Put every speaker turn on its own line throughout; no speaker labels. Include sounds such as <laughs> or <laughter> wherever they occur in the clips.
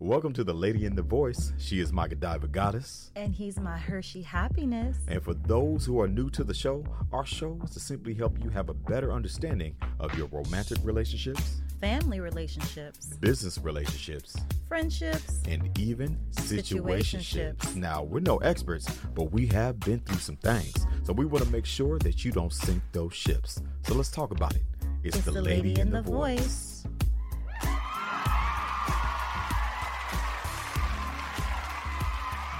Welcome to the Lady in the Voice. She is my Godiva goddess.
And he's my Hershey happiness.
And for those who are new to the show, our show is to simply help you have a better understanding of your romantic relationships,
Family relationships,
business relationships,
friendships.
and even situationships.
Situationships.
Now, we're no experts, but we have been through some things. So we want to make sure that you don't sink those ships. So let's talk about it. It's, the, lady, in the, voice.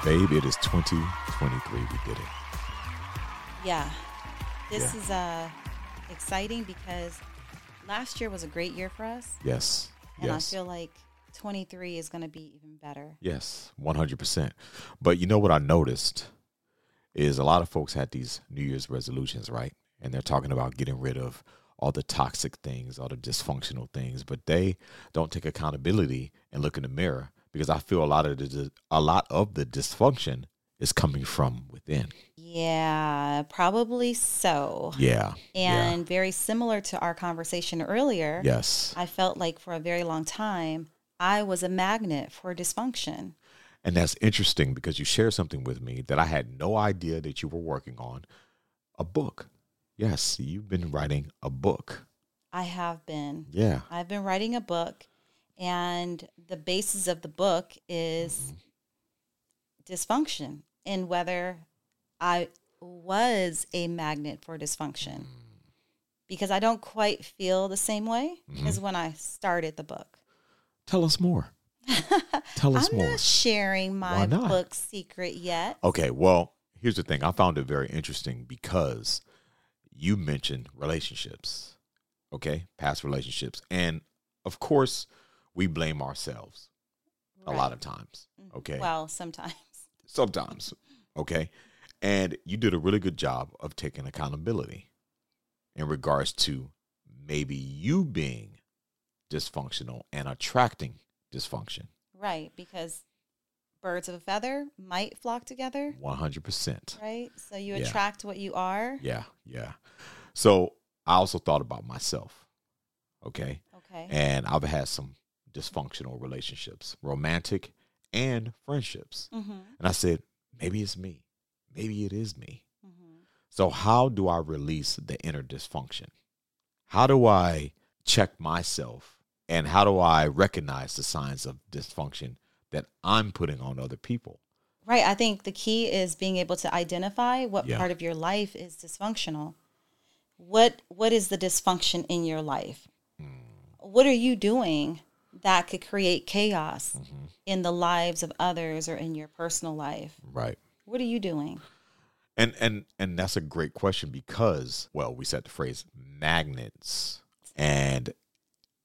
Babe, it is 2023. We did it.
Yeah. This
Yeah.
is uh exciting because last year was a great year for us
Yes.
and
yes.
I feel like 23 is going to be even better.
Yes, 100%. But you know what I noticed is a lot of folks had these New Year's resolutions, right? And they're talking about getting rid of all the toxic things, all the dysfunctional things, but they don't take accountability and look in the mirror because I feel a lot of the a lot of the dysfunction is coming from within.
Yeah, probably so.
Yeah. yeah,
And very similar to our conversation earlier,
yes.
I felt like for a very long time I was a magnet for dysfunction.
And that's interesting because you shared something with me that I had no idea that you were working on a book. Yes, you've been writing a book.
I have been.
Yeah.
I've been writing a book, and the basis of the book is dysfunction and whether I was a magnet for dysfunction. Because I don't quite feel the same way
Mm-hmm.
as when I started the book.
Tell us more. <laughs> Tell us
I'm
more.
not sharing
Why
my
not?
book secret yet.
okay, well, here's the thing. I found it very interesting because you mentioned relationships, okay? Past relationships. And of course, we blame ourselves a lot of times, okay?
Mm-hmm. Well, sometimes. <laughs>
Sometimes, okay? And you did a really good job of taking accountability in regards to maybe you being dysfunctional and attracting dysfunction.
Right. Because birds of a feather might flock together,
100%.
right? So you
Yeah.
attract what you are.
Yeah, yeah. So I also thought about myself. Okay.
Okay.
And I've had some dysfunctional relationships, romantic and friendships.
mm-hmm.
And I said, maybe it's me. Maybe it is me.
Mm-hmm.
So, how do I release the inner dysfunction? How do I check myself? And how do I recognize the signs of dysfunction that I'm putting on other people?
Right. I think the key is being able to identify what
Yeah.
part of your life is dysfunctional. What what is the dysfunction in your life?
Hmm.
What are you doing that could create chaos
Mm-hmm.
in the lives of others or in your personal life?
Right.
What are you doing?
And and and that's a great question because well, we said the phrase magnets and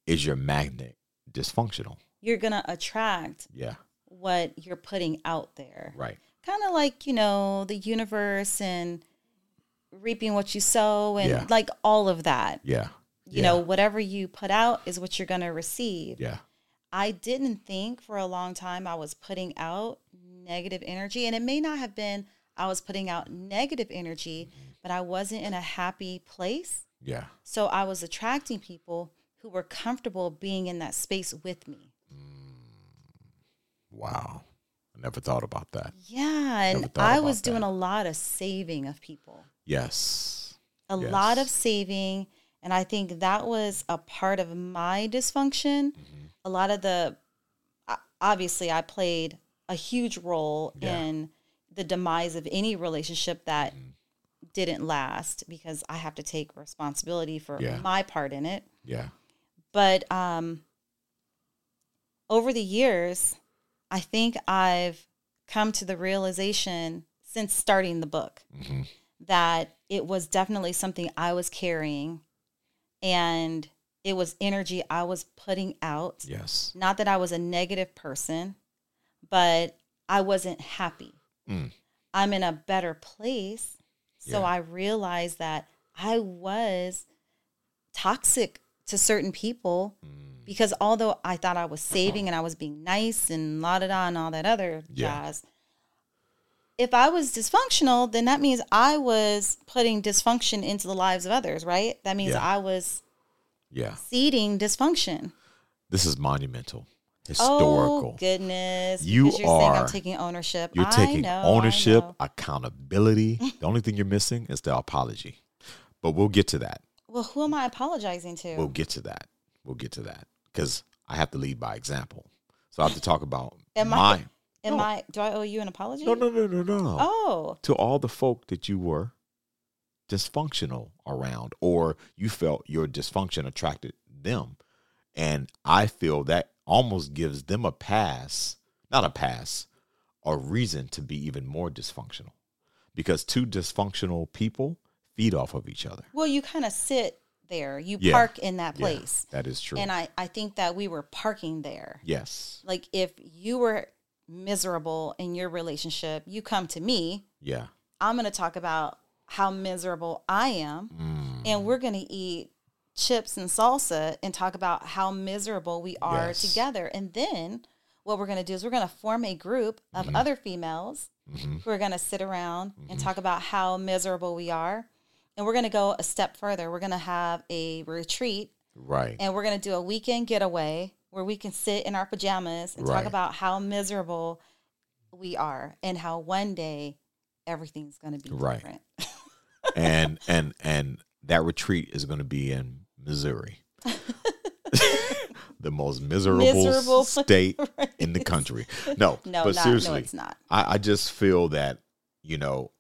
is your magnet dysfunctional?
You're going to attract
Yeah,
what you're putting out there.
right.
Kind of like, you know, the universe and reaping what you sow and
Yeah.
like all of that.
Yeah.
You know, whatever you put out is what you're going to receive.
Yeah.
I didn't think for a long time I was putting out negative energy. And it may not have been I was putting out negative energy,
Mm-hmm.
but I wasn't in a happy place.
Yeah.
So I was attracting people who were comfortable being in that space with me.
Mm, Wow. I never thought about that.
Yeah. And
Never thought
I
about
was doing
that.
a lot of saving of people,
Yes.
a lot
Yes.
of saving. And I think that was a part of my dysfunction.
Mm-hmm.
A lot of the, o- obviously, I played a huge role
Yeah. Mm.
in the demise of any relationship that didn't last because I have to take responsibility for
Yeah.
my part in it.
Yeah.
But um, over the years, I think I've come to the realization since starting the book
Mhm.
that it was definitely something I was carrying and it was energy I was putting out.
Yes.
Not that I was a negative person, but I wasn't happy.
Mm.
I'm in a better place. So
Yeah.
I realized that I was toxic to certain people
Mm.
because although I thought I was saving and I was being nice and la da da and all that other
Yeah.
jazz, if I was dysfunctional, then that means I was putting dysfunction into the lives of others, right? That means
Yeah.
I was
Yeah.
seeding dysfunction.
This is monumental. historical.
Oh goodness!
You
because you're saying
are-
I'm taking ownership.
You're
I
taking
know, I
ownership,
know.
accountability. the only thing you're missing is the apology. But we'll get to that.
Well, who am I apologizing to?
We'll get to that. We'll get to that because I have to lead by example. So I have to talk about
<laughs> Am I-
my.
Am
no.
I? Do I owe you an apology?
No, no, no, no, no. no.
Oh,
To all the folk that you were dysfunctional around, or you felt your dysfunction attracted them. And I feel that almost gives them a pass, not a pass, a reason to be even more dysfunctional. Because two dysfunctional people feed off of each other.
well, you kind of sit there. You
Yeah.
park in that
Yeah,
place,
that is true.
and I I think that we were parking there.
yes.
Like if you were miserable in your relationship, you come to me.
Yeah.
I'm going to talk about how miserable I am,
Mm.
and we're going to eat chips and salsa and talk about how miserable we are
Yes.
together. And then what we're going to do is we're going to form a group of
Mm-hmm.
other females
hmm
who are going to sit around
Mm-hmm.
and talk about how miserable we are. And we're going to go a step further. We're going to have a retreat
Right.
and we're going to do a weekend getaway where we can sit in our pajamas and
Right.
talk about how miserable we are and how one day everything's going to be
Right.
different.
and and and that retreat is going to be in
<laughs>
Missouri, <laughs> the most miserable,
Miserable
state <laughs> in
<laughs>
the country. No,
No,
but
not, no,
seriously,
it's not.
I, I just feel that you know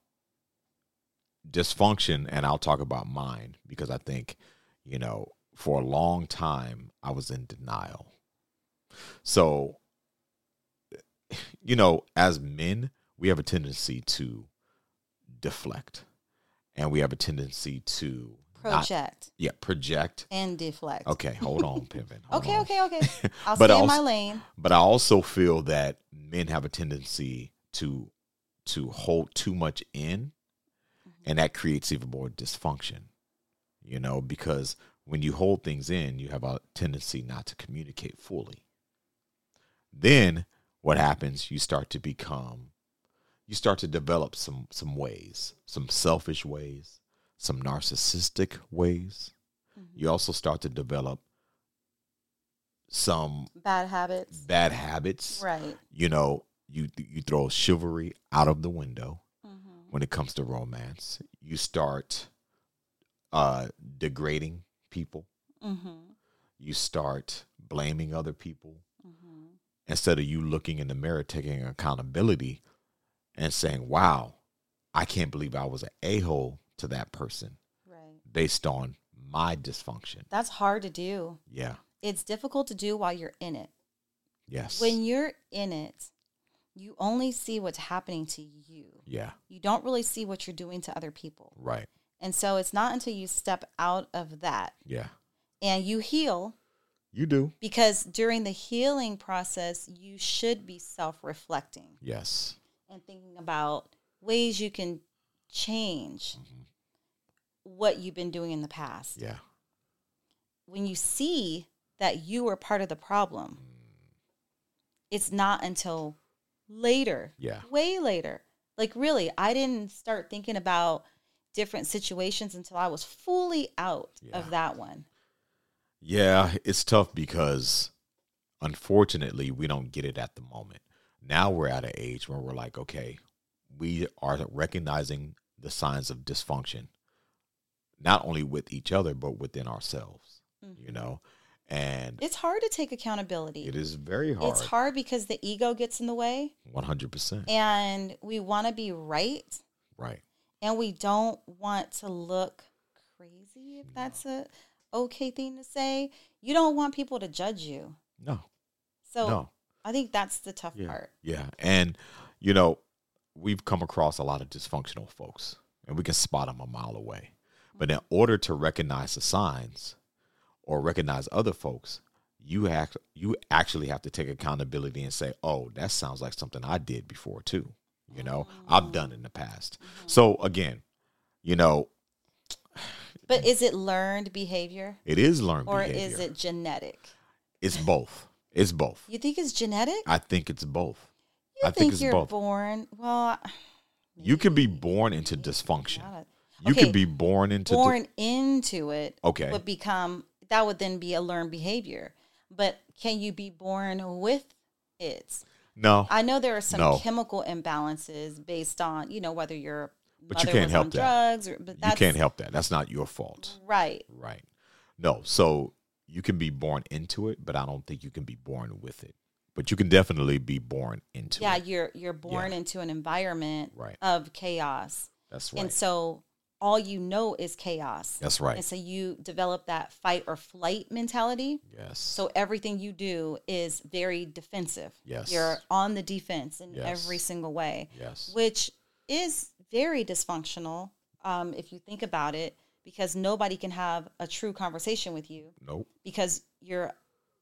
dysfunction, and I'll talk about mine because I think you know for a long time I was in denial. So, you know, as men, we have a tendency to deflect, and we have a tendency to not-
Project
yeah, project.
and deflect.
Okay, hold on, pivot. Hold
Okay,
on.
okay, okay.
<laughs>
I'll
But
stay in
also-
my lane.
But I also feel that men have a tendency to to hold too much in, and that creates even more dysfunction. You know, because when you hold things in, you have a tendency not to communicate fully. Then what happens? You start to become, you start to develop some some ways, some selfish ways, some narcissistic ways.
Mm-hmm.
You also start to develop some
Bad habits.
bad habits.
Right.
You know, you you throw chivalry out of the window
Mm-hmm.
when it comes to romance. You start uh degrading people.
Mm-hmm.
You start blaming other people
Mm-hmm.
instead of you looking in the mirror taking accountability and saying, "Wow, I can't believe I was an a-hole to that person
Right.
based on my dysfunction."
That's hard to do.
Yeah.
It's difficult to do while you're in it.
Yes.
When you're in it, you only see what's happening to you.
yeah,
You don't really see what you're doing to other people.
right.
And so it's not until you step out of that
Yeah.
and you heal
You do.
because during the healing process, you should be self reflecting.
Yes.
and thinking about ways you can change what you've been doing in the past.
Mm-hmm. Yeah.
When you see that you were part of the problem, it's not until later,
Yeah.
way later. Like, really, I didn't start thinking about different situations until I was fully out
Yeah.
of that one.
Yeah, it's tough because unfortunately we don't get it at the moment. Now we're at an age where we're like, okay, we are recognizing the signs of dysfunction, not only with each other, but within ourselves,
Mm-hmm.
you know? And
It's hard to take accountability.
it is very hard.
It's hard because the ego gets in the way
100%.
and we want to be right.
right.
and we don't want to look crazy if that's a okay thing to say you don't want people to judge you
No,
so
no.
i think that's the tough
Yeah.
part
Yeah. And, you know, we've come across a lot of dysfunctional folks and we can spot them a mile away. But in order to recognize the signs or recognize other folks, you act you actually have to take accountability and say, "Oh, that sounds like something I did before too." You know,
Oh.
I've done in the past.
Mm-hmm.
So again, you know,
but is it learned behavior
it is learned
or
behavior.
is it genetic
It's both. It's both.
you think it's genetic
I think it's both.
you
I think it's
you're
both.
born well <sighs>
You could be born into dysfunction.
not a-
You
Okay,
could be born into di-
born into it
Okay.
would become that would then be a learned behavior But can you be born with it?
No,
I know there are some
No.
chemical imbalances based on, you know, whether your
But you
mother
can't
was
help
on
that.
drugs or but
you
that's
can't help that. That's not your fault.
right.
Right. No, so you can be born into it, but I don't think you can be born with it. But you can definitely be born into
Yeah,
it.
you're you're born
Yeah.
into an environment
Right.
of chaos.
That's right.
And so all you know is chaos.
That's right.
And so you develop that fight or flight mentality.
yes.
So everything you do is very defensive.
Yes.
You're on the defense in
Yes.
every single way,
yes.
which is very dysfunctional um, if you think about it, because nobody can have a true conversation with you
nope.
because you're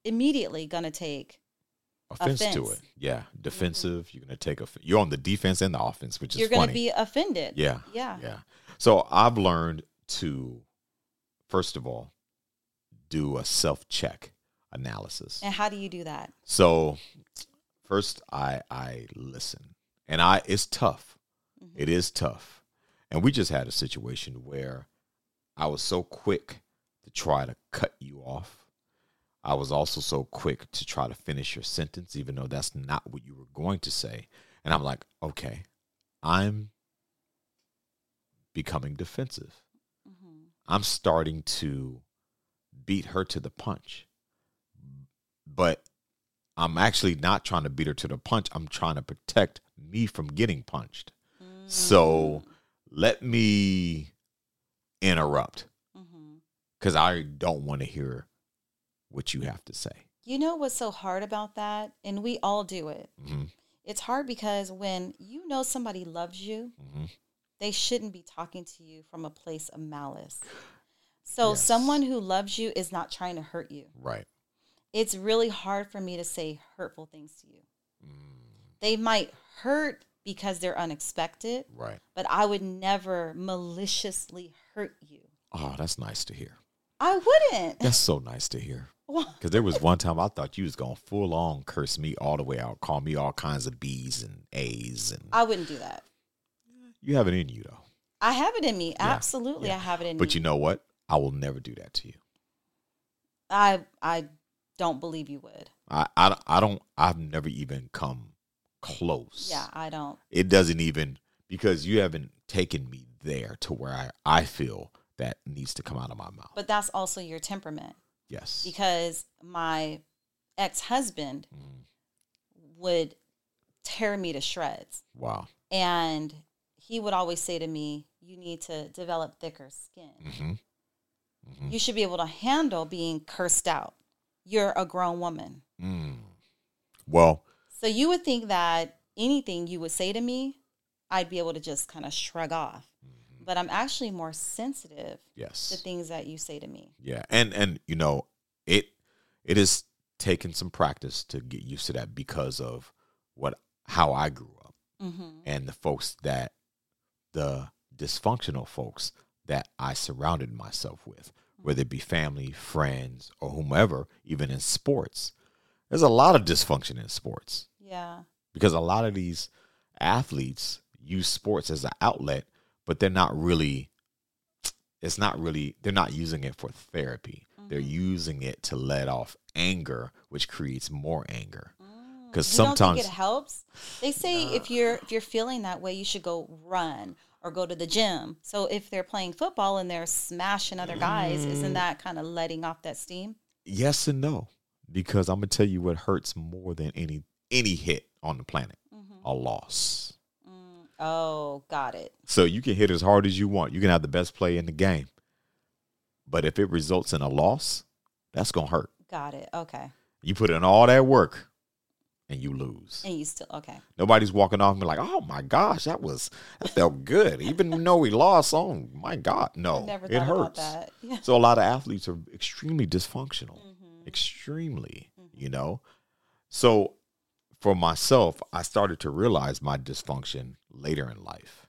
immediately going to take,
Offense, to it.
offense. Mm-hmm.
Yeah. Defensive. You're gonna take a. You're on the defense and the offense, which is
you're going
funny.
to be offended.
yeah.
Yeah.
Yeah. So I've learned to, first of all, do a self check analysis.
And how do you do that?
So first I I listen. And I it's tough. It is tough. And we just had a situation where I was so quick to try to cut you off. I was also so quick to try to finish your sentence even though that's not what you were going to say. And I'm like, "Okay, I'm becoming defensive.
Mhm.
I'm starting to beat her to the punch. But I'm actually not trying to beat her to the punch. I'm trying to protect me from getting punched. So let me interrupt
Mhm.
because I don't want to hear what you have to say.
You know what's so hard about that? And we all do it.
hmm
It's hard because when you know somebody loves you,
hmm
they shouldn't be talking to you from a place of malice. So,
Yes.
someone who loves you is not trying to hurt you.
Right.
It's really hard for me to say hurtful things to you.
Mm,
They might hurt because they're unexpected,
right.
but I would never maliciously hurt you.
Oh, that's nice to hear.
I wouldn't. <laughs>
That's so nice to hear. Because there was one time I thought you was going to full on curse me all the way out, call me all kinds of B's and A's. And
I wouldn't do that.
you have it in you, though.
I have it in me.
Yeah,
Absolutely,
yeah.
I have it in me.
But you know what? I will never do that to you.
I I don't believe you would.
I, I, I don't, I've never even come close.
Yeah, I don't.
It doesn't even, because you haven't taken me there to where I, I feel that needs to come out of my mouth.
But that's also your temperament.
yes.
because my ex husband
Mhm.
would tear me to shreds.
wow.
And he would always say to me, You need to develop thicker skin.
hmm Mm-hmm.
You should be able to handle being cursed out. You're a grown woman.
Mm. Well,
So you would think that anything you would say to me, I'd be able to just kind of shrug off. But I'm actually more sensitive to
yes.
things that you say to me.
Yeah, and and you know it it has taken some practice to get used to that because of what how I grew up
Mm-hmm.
and the folks that the dysfunctional folks that I surrounded myself with, whether it be family, friends, or whomever, even in sports. There's a lot of dysfunction in sports
Yeah.
because a lot of these athletes use sports as an outlet, but they're not really it's not really they're not using it for therapy. They're using it to let off anger, which creates more anger. Because
Oh. You don't
sometimes
think it helps. They say if you're if you're feeling that way, you should go run or go to the gym. So if they're playing football and they're smashing other guys,
Mm.
isn't that kind of letting off that steam?
yes and no. Because I'm gonna tell you what hurts more than any any hit on the planet. A loss.
Mm-hmm. Oh, got it.
So you can hit as hard as you want. You can have the best play in the game. But if it results in a loss, that's gonna hurt.
Got it. Okay.
You put in all that work and you lose.
And you still okay.
Nobody's walking off and be like, oh my gosh, that was that felt good. Even though we lost, oh my God. No.
I never
it
thought
hurts.
about that. <laughs> Yeah.
So a lot of athletes are extremely dysfunctional.
Mm-hmm.
Extremely, you know? So for myself, I started to realize my dysfunction later in life.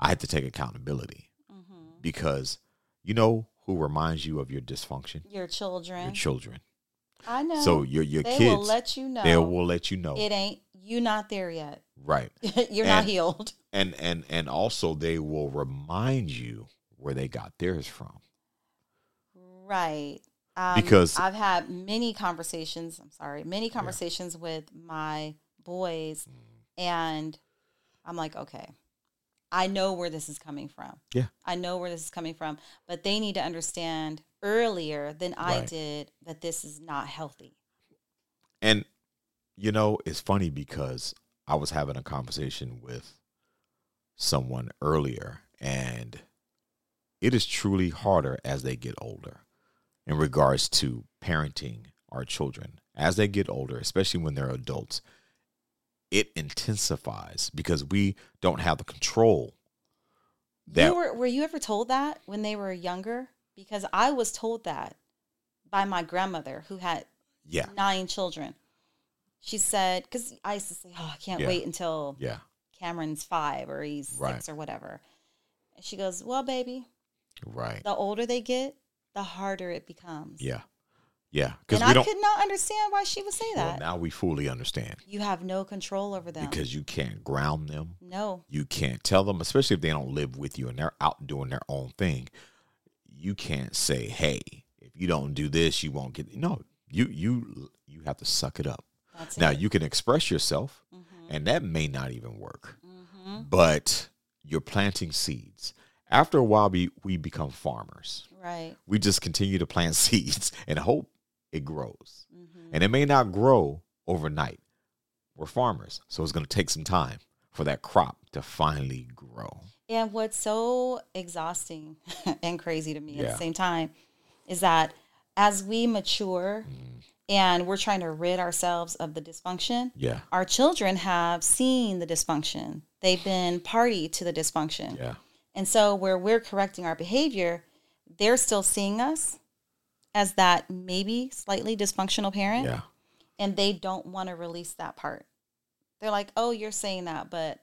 I had to take accountability
Mm-hmm.
because you know who reminds you of your dysfunction?
Your children.
Your children.
I know.
So your your
they
kids
will let you know.
they will let you know.
It ain't you not there yet. <laughs>
right.
you're not
And-
healed.
And and and also they will remind you where they got theirs from.
Right. Um,
Because-
I've had many conversations, I'm sorry, many conversations with my boys,
Mm.
and I'm like, okay, I know where this is coming from.
Yeah.
I know where this is coming from, but they need to understand earlier than I
Right.
did that this is not healthy.
And you know, it's funny because I was having a conversation with someone earlier, and it is truly harder as they get older in regards to parenting our children. As they get older, especially when they're adults, it intensifies because we don't have the control. That
you were, were you ever told that when they were younger? Because I was told that by my grandmother who had
yeah,
nine children. She said, because I used to say, oh, I can't
Yeah.
wait until
yeah,
Cameron's five or he's
Right.
six or whatever. And she goes, Well, baby,
right,
the older they get, the harder it becomes.
yeah, yeah. Because
And
we
I
don't.
could not understand why she would say
Well,
that.
now we fully understand
You have no control over them.
because you can't ground them.
no.
You can't tell them, especially if they don't live with you and they're out doing their own thing. You can't say, "Hey, if you don't do this, you won't get." No, you you you have to suck it up.
That's
Now
it. Mm-hmm.
you can express yourself, and that may not even work, but you're planting seeds. After a while, we we become farmers.
Right.
We just continue to plant <laughs> seeds and hope it grows,
hmm
and it may not grow overnight. We're farmers, so it's going to take some time for that crop to finally grow.
And what's so exhausting <laughs> and crazy to me at
Yeah.
the same time is that as we mature
Mm.
and we're trying to rid ourselves of the dysfunction,
Yeah.
our children have seen the dysfunction. They've been party to the dysfunction.
Yeah.
And so, where we're correcting our behavior, they're still seeing us as that maybe slightly dysfunctional parent,
Yeah.
and they don't want to release that part. They're like, "Oh, you're saying that, but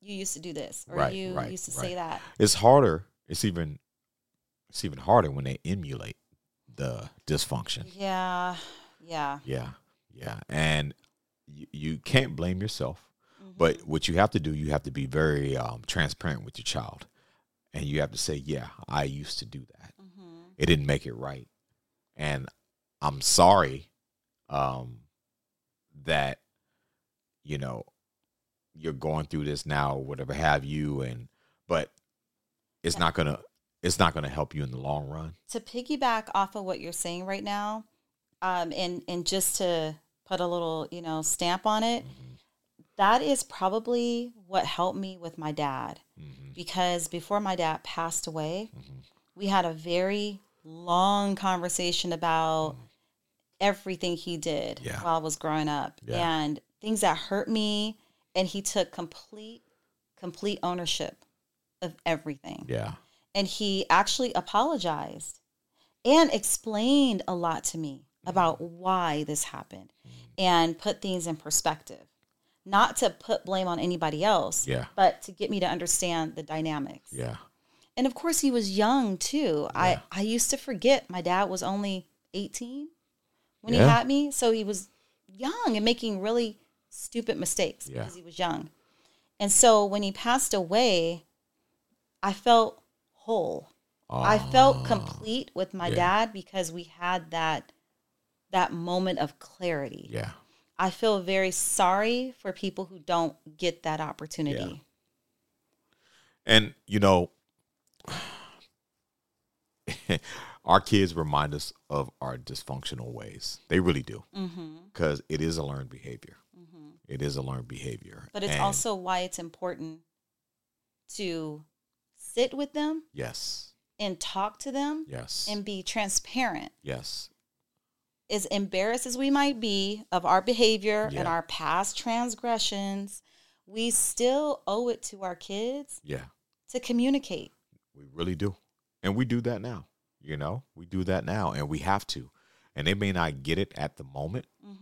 you used to do this, or
Right,
you
right,
used to
right.
say that."
It's harder. It's even it's even harder when they emulate the dysfunction.
Yeah, yeah,
Yeah. Yeah. And you, you can't blame yourself.
Mm-hmm.
But what you have to do, you have to be very um, transparent with your child. And you have to say, yeah, I used to do that.
hmm
It didn't make it right. And I'm sorry um, that, you know, you're going through this now, whatever have you. And, but it's not going to, it's not going to help you in the long run.
to piggyback off of what you're saying right now, um, and and just to put a little you know stamp on it,
Mm-hmm.
that is probably what helped me with my dad
Mm-hmm.
because before my dad passed away,
Mhm.
we had a very long conversation about everything he did
Yeah.
while I was growing up
Yeah.
and things that hurt me, and he took complete complete ownership of everything
Yeah.
and he actually apologized and explained a lot to me
Mm-hmm.
about why this happened
Mm.
and put things in perspective not to put blame on anybody else
Yeah.
but to get me to understand the dynamics
Yeah.
and of course he was young too
Yeah.
i i used to forget my dad was only 18 when he
Yeah.
had me so he was young and making really stupid mistakes
Yeah.
because he was young and so when he passed away i felt whole I
Ah,
felt complete with my
yeah.
dad because we had that that moment of clarity.
Yeah.
I feel very sorry for people who don't get that opportunity.
And you know, <sighs> our kids remind us of our dysfunctional ways. They really do,
hmm
because it is a learned behavior.
hmm
It is a learned behavior.
But it's
And
also why it's important to sit with them
yes,
and talk to them
yes,
and be transparent.
yes,
As embarrassed as we might be of our behavior
Yeah.
and our past transgressions, we still owe it to our kids
yeah.
to communicate.
We really do, and we do that now. You know, we do that now, and we have to. And they may not get it at the moment,
hmm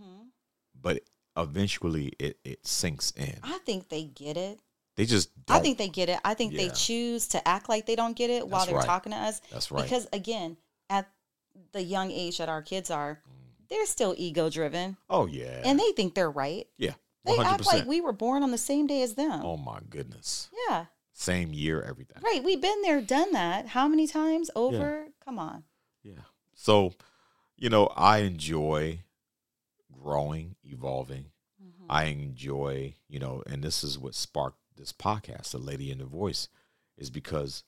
but eventually it it sinks in.
I think they get it.
They just don't.
I think they get it. I think they
Yeah.
choose to act like they don't get it while
That's
they're
right.
talking to us.
that's right.
Because again, at the young age that our kids are, they're still ego driven
Mm. oh yeah,
and they think they're right.
yeah,
They
one hundred
act like
percent.
we were born on the same day as them.
Oh my goodness.
Yeah.
same year, everything.
Right. We've been there, done that. How many times over? Come on.
Yeah. So, you know, I enjoy growing, evolving. I enjoy, you know, and this is what sparked this podcast, The Lady in the Voice, is because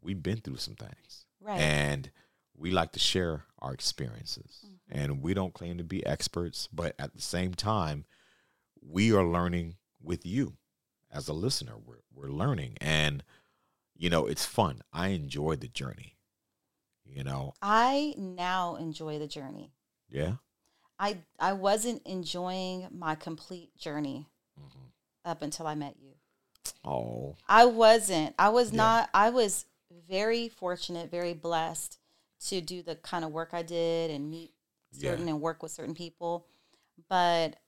we've been through some things.
Right.
And we like to share our experiences. And we don't claim to be experts, but at the same time, we are learning with you as a listener. We're, we're learning. And, you know, it's fun. I enjoy the journey. You know,
I now enjoy the journey.
yeah.
I I wasn't enjoying my complete journey up until I met you.
Oh,
I wasn't. I was
Yeah.
not. I was very fortunate, very blessed to do the kind of work I did and meet
Yeah.
certain and work with certain people, but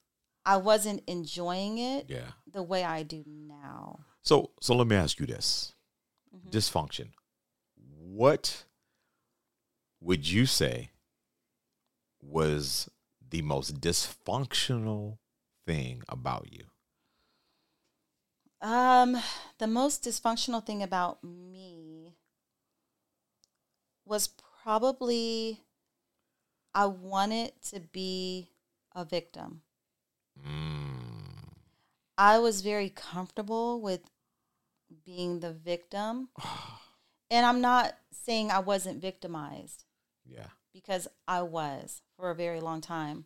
I wasn't enjoying it
yeah.
the way I do now.
So, so let me ask you this:
Mhm.
dysfunction. What would you say was the most dysfunctional thing about you?
Um, the most dysfunctional thing about me was probably I wanted to be a victim.
Mm. <sighs>
I was very comfortable with being the victim. And I'm not saying I wasn't victimized
Yeah.
because I was for a very long time.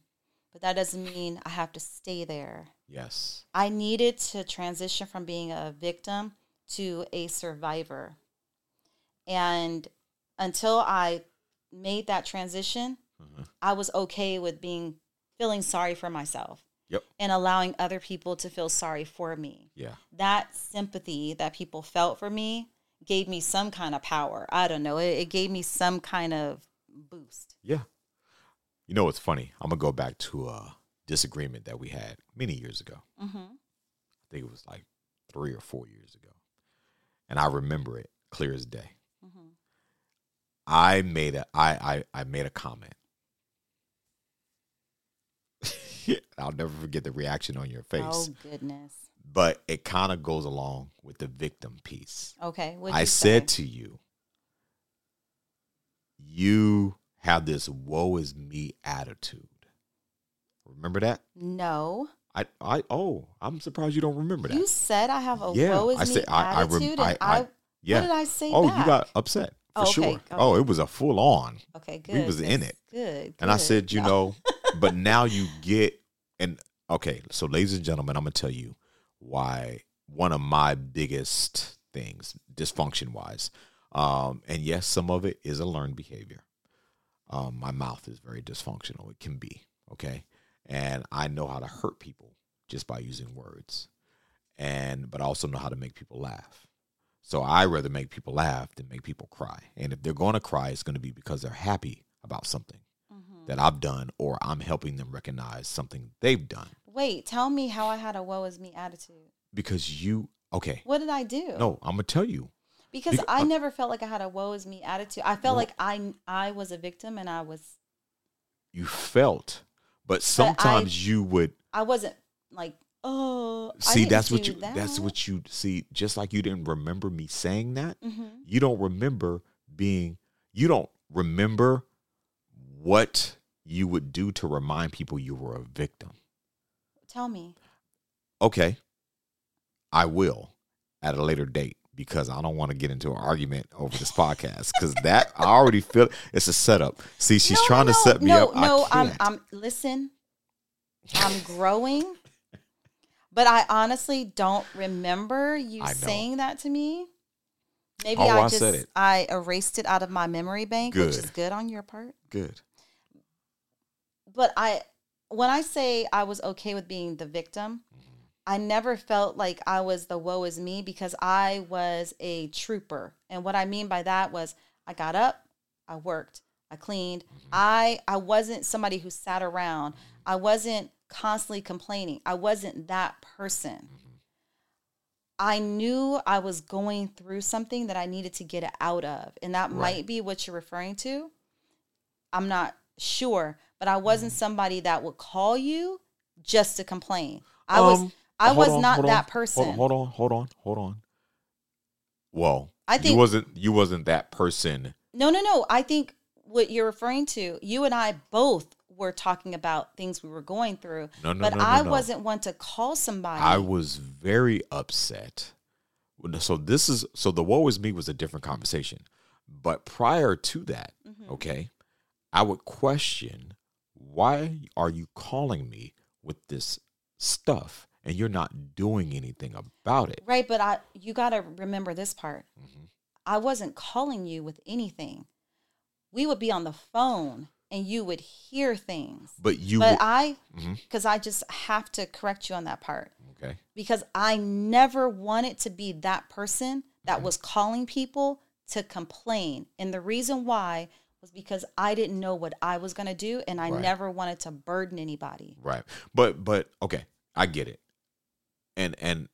But that doesn't mean I have to stay there.
Yes.
I needed to transition from being a victim to a survivor. And until I made that transition,
Uh-huh.
I was okay with being feeling sorry for myself
Yep.
and allowing other people to feel sorry for me.
Yeah.
That sympathy that people felt for me gave me some kind of power. I don't know. It, it gave me some kind of boost.
Yeah. You know what's funny? I'm gonna go back to a disagreement that we had many years ago.
Mm-hmm.
I think it was like three or four years ago, and I remember it clear as day.
Mm-hmm.
I made a I I I made a comment. <laughs> I'll never forget the reaction on your face.
Oh, goodness.
But it kind of goes along with the victim piece.
Okay. what'd
I
you
said
say?
to you, you have this woe is me attitude. Remember that?
no.
I I oh, I'm surprised you don't remember that.
You said I have a
Yeah,
woe is
I
me
said- I- I rem-
attitude.
I-
and
I-
I,
yeah.
What did I say?
oh, you
back?
got upset for
Oh, okay,
sure.
okay.
Oh, it was a full on.
Okay,
we
good.
was in
that's
it.
Good.
And I
good.
said, you
No.
know, but now you get and okay, so ladies and gentlemen, I'm gonna tell you why one of my biggest things, dysfunction wise, um, and yes, some of it is a learned behavior. Um, my mouth is very dysfunctional. It can be, okay? And I know how to hurt people just by using words. And but I also know how to make people laugh. So I rather make people laugh than make people cry. And if they're gonna cry, it's gonna be because they're happy about something
Mm-hmm.
that I've done or I'm helping them recognize something they've done
Wait, tell me how I had a woe is me attitude.
because you okay
What did I do?
no I'm gonna tell you
because
bec-
I
uh,
never felt like I had a woe is me attitude. I
Well-
felt like I I was a victim and I was
you felt but sometimes you would
I wasn't like oh I
see
didn't
that's what
do
you that's
that.
what you see just like you didn't remember me saying that
Mhm.
you don't remember being you don't remember what you would do to remind people you were a victim
Tell me.
okay, I will at a later date because I don't want to get into an argument over this podcast because that I already feel it's a setup. See, she's
No, no,
trying
no,
to set me
no,
up.
No,
I
I'm
can't.
I'm listen. I'm growing. But I honestly don't remember you
I know.
saying that to me. Maybe
Oh,
I,
I
just
said it.
I erased it out of my memory bank, which is
Good.
good on your part.
good.
but I when I say I was okay with being the victim, I never felt like I was the woe is me because I was a trooper. And what I mean by that was I got up, I worked, I cleaned. I I wasn't somebody who sat around. I wasn't constantly complaining. I wasn't that person. I knew I was going through something that I needed to get out of. And that
Right.
might be what you're referring to. I'm not sure, but I wasn't
Mm.
somebody that would call you just to complain. I was
Um,
I
hold
was
on,
not
hold on,
that
hold-
person.
Hold on, hold on, hold on. Well,
I
you
think-
wasn't you wasn't that person.
No, no, no. I think what you're referring to, you and I both were talking about things we were going through.
No, no,
but
no, no,
I
no.
wasn't one to call somebody.
I was very upset. So this is so the woe is me was a different conversation. But prior to that,
Mm-hmm.
okay, I would question why are you calling me with this stuff and you're not doing anything about it?
right, but I you got to remember this part.
Mm-hmm.
I wasn't calling you with anything. We would be on the phone and you would hear things.
But you
but
were-
I
Mhm.
cuz I just have to correct you on that part.
okay.
because I never wanted to be that person that was calling people to complain. And the reason why was because I didn't know what I was going to do and I
Right.
never wanted to burden anybody.
Right. But but okay, I get it. And and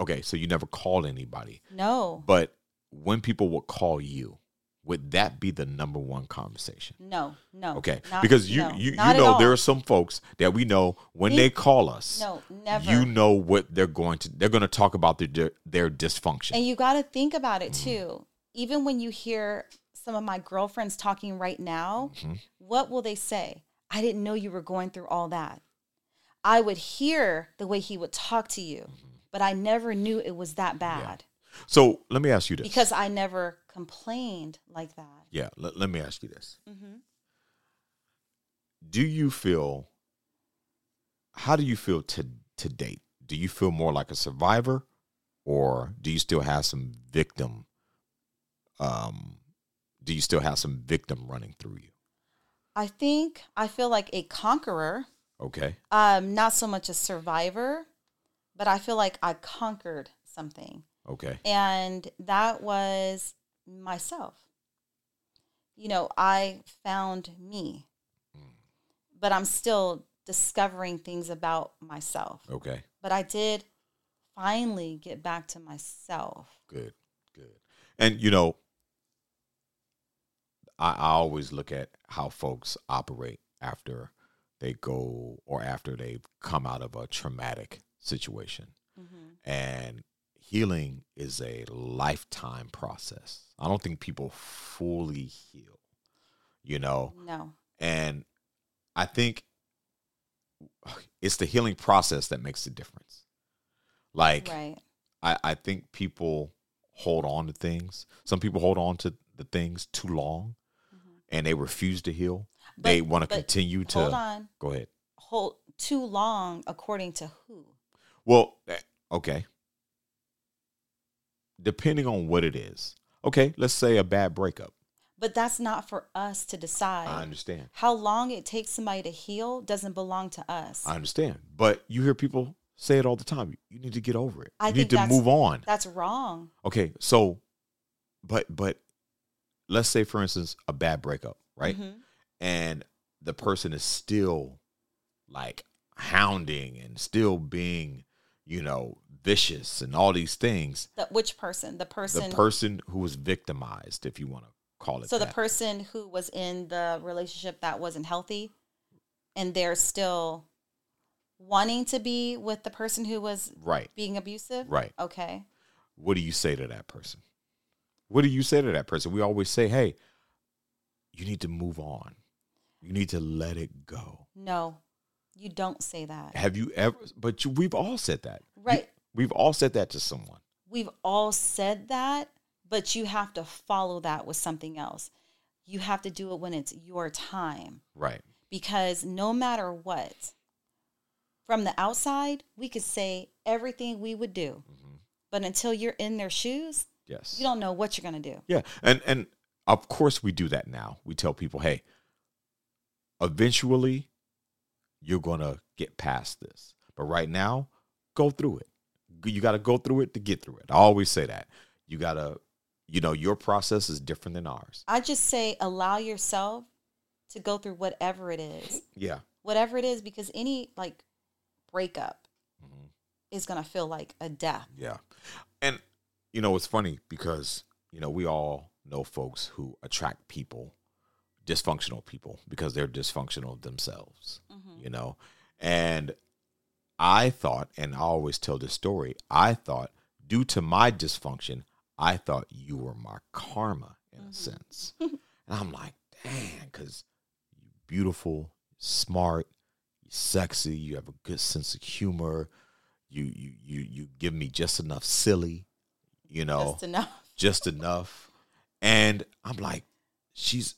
okay, so you never called anybody.
No.
But when people would call you, would that be the number one conversation?
no. No.
Okay,
Not-
because you
no,
you, you
not at
know
all.
there are some folks that we know when
Me-
they call us,
No, never.
you know what they're going to they're going to talk about their their, their dysfunction.
And you got to think about it too. Even when you hear some of my girlfriends talking right now, what will they say? I didn't know you were going through all that. I would hear the way he would talk to you, but I never knew it was that bad
so let me ask you this,
because I never complained like that.
yeah, let, let me ask you this:
Mhm.
Do you feel? How do you feel to to date? Do you feel more like a survivor, or do you still have some victim? Um, do you still have some victim running through you?
I think I feel like a conqueror,
Okay,
um, not so much a survivor, but I feel like I conquered something.
okay,
and that was myself. You know, I found me, but I'm still discovering things about myself.
okay.
But I did finally get back to myself.
Good, good. And you know, I, I always look at how folks operate after they go or after they've come out of a traumatic situation. Mm-hmm. And healing is a lifetime process. I don't think people fully heal, you know?
No,
And I think it's the healing process that makes the difference. Like,
right.
I, I think people hold on to things. Some people hold on to the things too long and they refuse to heal. they
Mm-hmm. But-
want to
but
continue to
hold on,
go ahead.
hold too long, according to who?
Well, eh, okay. Depending on what it is. Okay, let's say a bad breakup.
But that's not for us to decide.
I understand.
How long it takes somebody to heal doesn't belong to us.
I understand. But you hear people say it all the time. You need to get over it.
I
you
think
need to
that's-
move on.
That's wrong.
Okay, so but but let's say for instance a bad breakup, right?
Mhm.
and the person is still like hounding and still being, you know, vicious and all these things,
The, which person? The person.
the person who was victimized, if you want to call it
so the
that.
person who was in the relationship that wasn't healthy, and they're still wanting to be with the person who was
right,
being abusive.
right.
Okay.
What do you say to that person? What do you say to that person? We always say, hey, you need to move on. You need to let it go.
No, you don't say that.
Have you ever, but you, we've all said that. You-
Right.
we've all said that to someone.
We've all said that, but you have to follow that with something else. You have to do it when it's your time.
Right.
because no matter what, from the outside, we could say everything we would do. But until you're in their shoes,
Mm-hmm. Yes.
you don't know what you're going to do.
Yeah, and and of course we do that now. We tell people, hey, eventually you're gonna get past this, but right now, go through it. You got to go through it to get through it. I always say that. You got to, you know, your process is different than ours.
I just say allow yourself to go through whatever it is,
Yeah,
whatever it is, because any like breakup is going to feel like a death.
yeah, Mm-hmm. and you know it's funny because you know we all know folks who attract people, dysfunctional people, because they're dysfunctional themselves.
Mm-hmm.
you know and i thought and i always tell this story i thought due to my dysfunction i thought you were my karma in a sense and i'm like man, because you beautiful, smart, you sexy, you have a good sense of humor, you you you you give me just enough silly, you know,
Just enough.
just enough. And I'm like, she's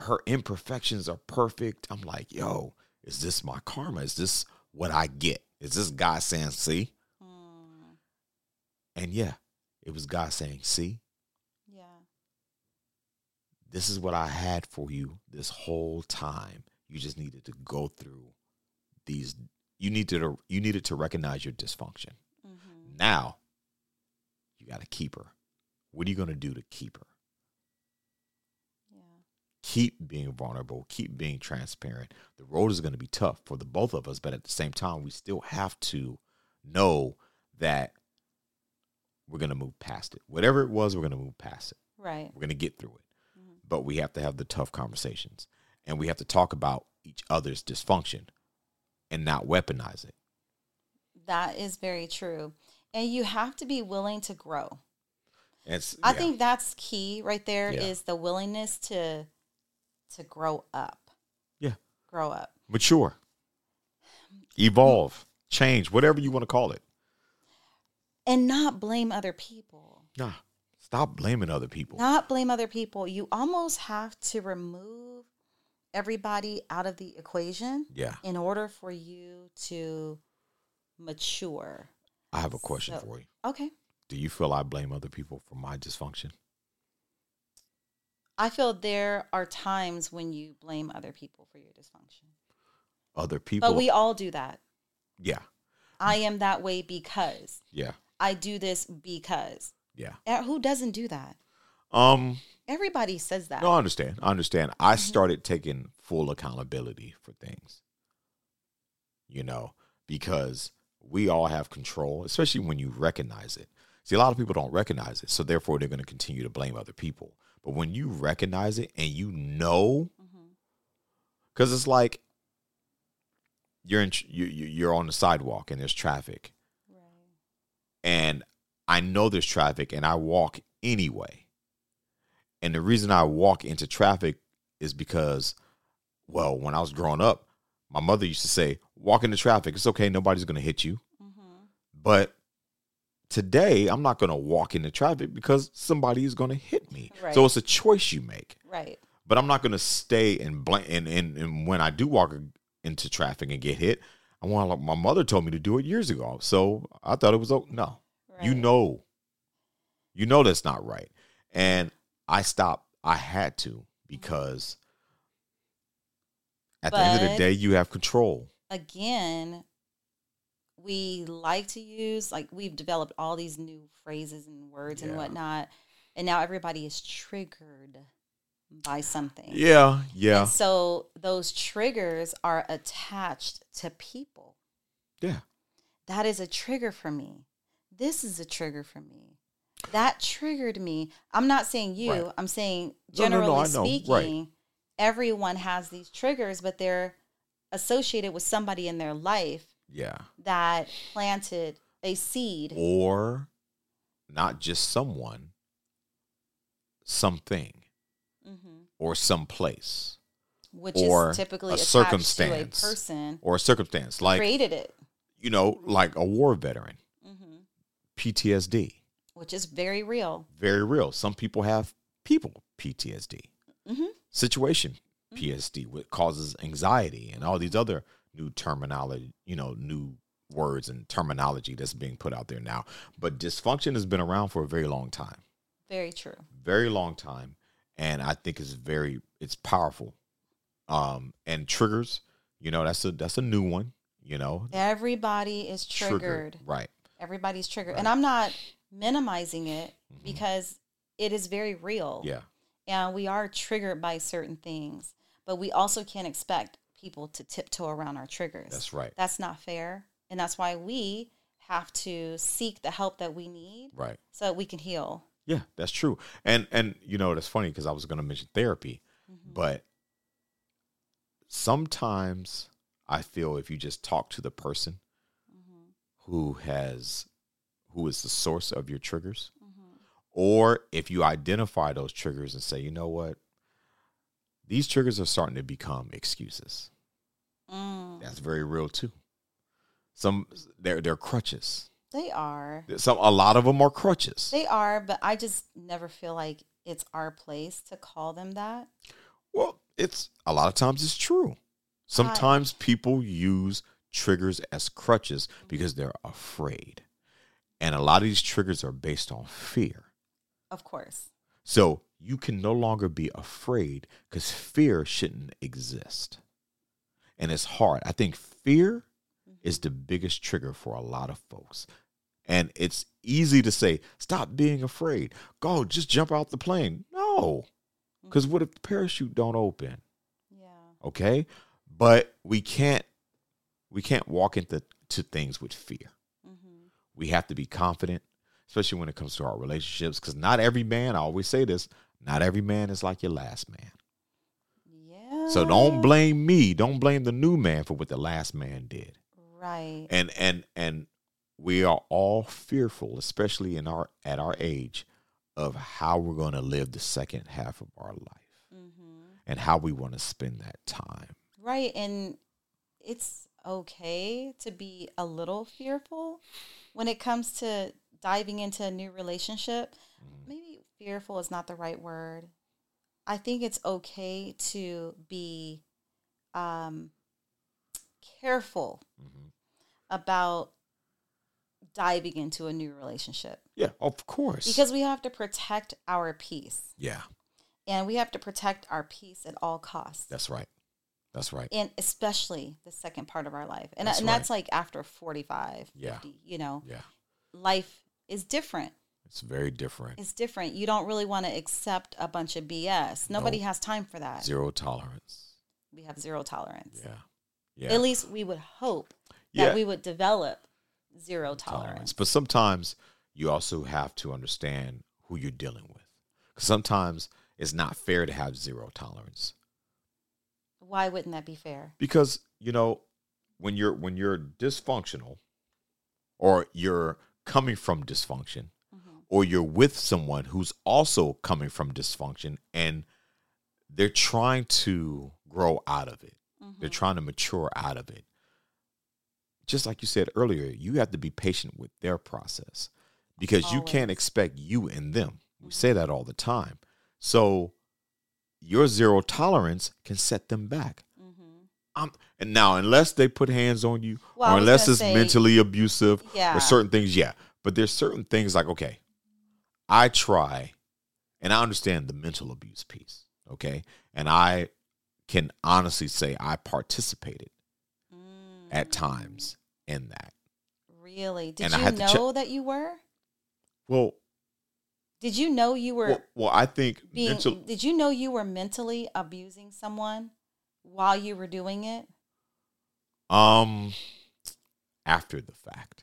her imperfections are perfect. I'm like, yo, is this my karma? Is this what I get? Is this God saying, see?
Mm,
And yeah, it was God saying, see,
yeah.
this is what I had for you this whole time. You just needed to go through these you needed to you needed to recognize your dysfunction.
Mm-hmm.
Now you got to keep her. What are you going to do to keep her?
Yeah.
keep being vulnerable, keep being transparent. The road is going to be tough for the both of us, but at the same time, we still have to know that we're going to move past it. Whatever it was, we're going to move past it.
Right.
We're going to get through it.
Mhm.
But we have to have the tough conversations and we have to talk about each other's dysfunction and not weaponize it.
That is very true. And you have to be willing to grow.
It's,
I
yeah,
think that's key right there is
Yeah.
the willingness to to grow up.
Yeah.
Grow up.
mature, evolve, change, whatever you want to call it.
And not blame other people.
Nah, stop blaming other people.
Not blame other people. You almost have to remove everybody out of the equation
Yeah.
in order for you to mature.
I have a question
So-
for you.
Okay.
Do you feel I blame other people for my dysfunction?
I feel there are times when you blame other people for your dysfunction.
Other people?
But we all do that.
yeah,
I am that way because
yeah,
I do this because.
yeah.
Uh, Who doesn't do that?
Um,
Everybody says that.
no, I understand. I understand. I
Mm-hmm.
started taking full accountability for things. You know, because we all have control, especially when you recognize it. See, a lot of people don't recognize it, so therefore they're going to continue to blame other people. But when you recognize it and you know
Mhm.
because it's like you're in tr- you, you you're on the sidewalk and there's traffic
Right.
and i know there's traffic and i walk anyway and the reason i walk into traffic is because well when i was growing up my mother used to say walk into traffic it's okay nobody's going to hit you
Mhm.
but today i'm not going to walk into traffic because somebody is going to hit me
Right.
so it's a choice you make
Right.
but I'm not going to stay and blank. And, and, and when I do walk into traffic and get hit, I want like my mother told me to do it years ago. So I thought it was okay. No,
Right.
you know, you know that's not right. And I stopped. I had to because at the end of the
But-
day, you have control.
Again, we like to use, like, we've developed all these new phrases and words
Yeah.
and whatnot. And now everybody is triggered by something.
Yeah, yeah,
And so those triggers are attached to people.
yeah.
that is a trigger for me. This is a trigger for me. That triggered me. I'm not saying you,
Right.
I'm saying
No, no, no,
generally
I know. Right.
speaking, everyone has these triggers, but they're associated with somebody in their life
Yeah.
that planted a seed.
Or not just someone, something
Mhm.
or someplace.
Which
Or
is typically
a
a
circumstance.
to a person
or a circumstance like
created it,
you know like a war veteran
hmm
ptsd
which is very real.
very real some people have people ptsd
hmm
situation ptsd what causes anxiety and all these other new terminology you know new words and terminology that's being put out there now but dysfunction has been around for a very long time
Very true.
very long time and i think it's very it's powerful um and triggers you know that's a that's a new one you know
Everybody is
Trigger,
triggered.
right
everybody's triggered and
Right.
i'm not minimizing it
Mhm.
because it is very real
yeah
and we are triggered by certain things but we also can't expect people to tiptoe around our triggers
that's right
that's not fair and that's why we have to seek the help that we need
right
so that we can heal
Yeah, that's true. And and you know, that's funny because I was going to mention therapy, but sometimes I feel if you just talk to the person
Mm-hmm.
who has who is the source of your triggers
Mm-hmm.
or if you identify those triggers and say, "You know what? These triggers are starting to become excuses.
Mm,
That's very real too. Some they're they're crutches.
they are.
Some a lot of them are crutches.
They are, but I just never feel like it's our place to call them that.
Well, it's a lot of times it's true. Sometimes people use triggers as crutches because they're afraid. And a lot of these triggers are based on fear.
Of course.
So you can no longer be afraid because fear shouldn't exist. And it's hard. I think fear is the biggest trigger for a lot of folks. And it's easy to say, stop being afraid. Go, just jump out the plane. No. Because what if the parachute don't open?
Yeah.
okay but we can't we can't walk into to things with fear
Mm-hmm.
we have to be confident especially when it comes to our relationships because not every man i always say this not every man is like your last man
Yeah.
so don't blame me don't blame the new man for what the last man did
Right.
and and and we are all fearful especially in our at our age of how we're going to live the second half of our life
Mm-hmm.
and how we want to spend that time
Right. And it's okay to be a little fearful when it comes to diving into a new relationship.
Mm-hmm.
Maybe fearful is not the right word. I think it's okay to be um, careful
Mhm.
about diving into a new relationship
yeah of course
because we have to protect our peace
yeah
and we have to protect our peace at all costs.
That's right. That's right.
and especially the second part of our life and
That's
that's, and
right.
that's like after 45
Yeah.
50 you know
Yeah.
life is different
It's very different.
it's different you don't really want to accept a bunch of bs nobody
Nope.
has time for that
Zero tolerance.
we have zero tolerance
Yeah. Yeah.
at least we would hope
Yeah.
that we would develop zero tolerance,
But sometimes you also have to understand who you're dealing with. 'Cause sometimes it's not fair to have zero tolerance
why wouldn't that be fair
because, you know, when you're when you're dysfunctional or you're coming from dysfunction or you're with someone who's also coming from dysfunction and they're trying to grow out of it.
Mm-hmm.
They're trying to mature out of it. Just like you said earlier, you have to be patient with their process because you can't
Always.
expect you and them. We say that all the time. So your zero tolerance can set them back.
Mm-hmm.
I'm, and now, unless they put hands on you,
Well, I
or
was
unless
gonna
it's
say-
mentally abusive,
Yeah.
or certain things, yeah. But there's certain things like, okay, I try, and I understand the mental abuse piece, okay, and I can honestly say I participated
Mm,
at times in that.
really did
And I
you
had to
know
check-
that you were
Well,
did you know you were
well, well, I think
being
mental.
did you know you were mentally abusing someone while you were doing it
Um, after the fact,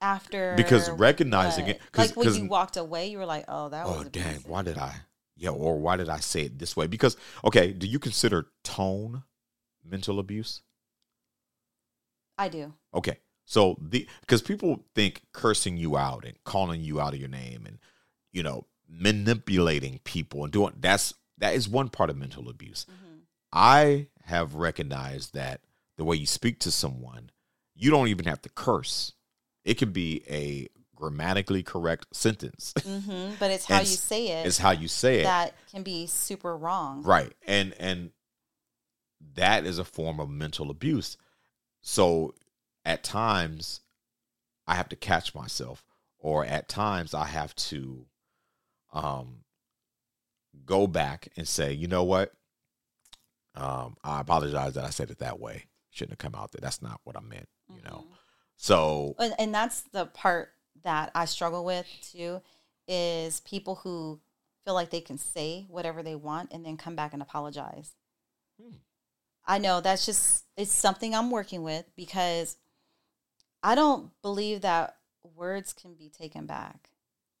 after
Because recognizing
what?
it- 'cause-
like when
'cause-
you walked away you were like oh that
oh
was
dang,
abusive.
why did I? Yeah, or why did I say it this way? Because okay, do you consider tone mental abuse?
i do
Okay. So the because people think cursing you out and calling you out of your name and you know manipulating people and doing that's that is one part of mental abuse. I have recognized that the way you speak to someone, you don't even have to curse. It could be a grammatically correct sentence.
hmm
<laughs>
but it's how
And
you
s-
say it
it's how you say it.
that can be super wrong
Right. And and that is a form of mental abuse. So at times I have to catch myself or at times I have to um go back and say, "You know what? Um I apologize that I said it that way. Shouldn't have come out there. That's not what I meant, you know."
Mm-hmm.
So
and, and that's the part that i struggle with too is people who feel like they can say whatever they want and then come back and apologize i know that's just it's something i'm working with because i don't believe that words can be taken back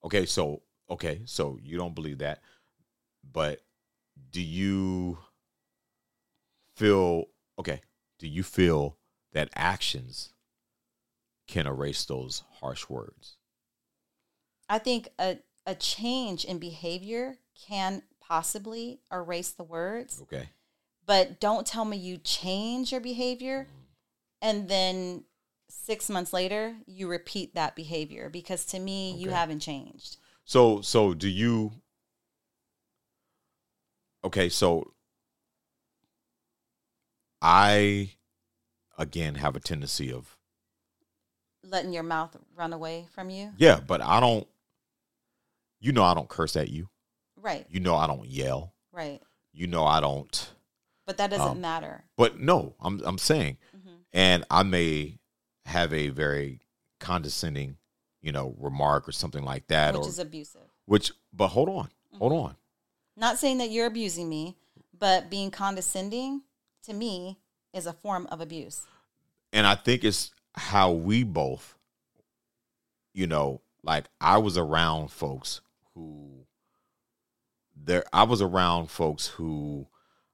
Okay, so okay, so you don't believe that, but do you feel okay? Do you feel that actions can erase those harsh words?
i think a, a change in behavior can possibly erase the words,
Okay.
but don't tell me you change your behavior and then six months later you repeat that behavior because to me you
Okay.
haven't changed.
So so do you Okay, so I again have a tendency of
Letting your mouth run away from you.
yeah, but I don't you know I don't curse at you.
Right,
You know I don't yell.
right.
You know I don't
But that doesn't
Um,
matter. Mm-hmm.
but no, I'm I'm saying and I may have a very condescending, you know, remark or something like that
Which
or
is Mm-hmm. abusive.
which but hold on. Hold on.
Not saying that you're abusing me, but being condescending to me is a form of abuse.
and I think it's how we both, you know, like I was around folks who there I was around folks who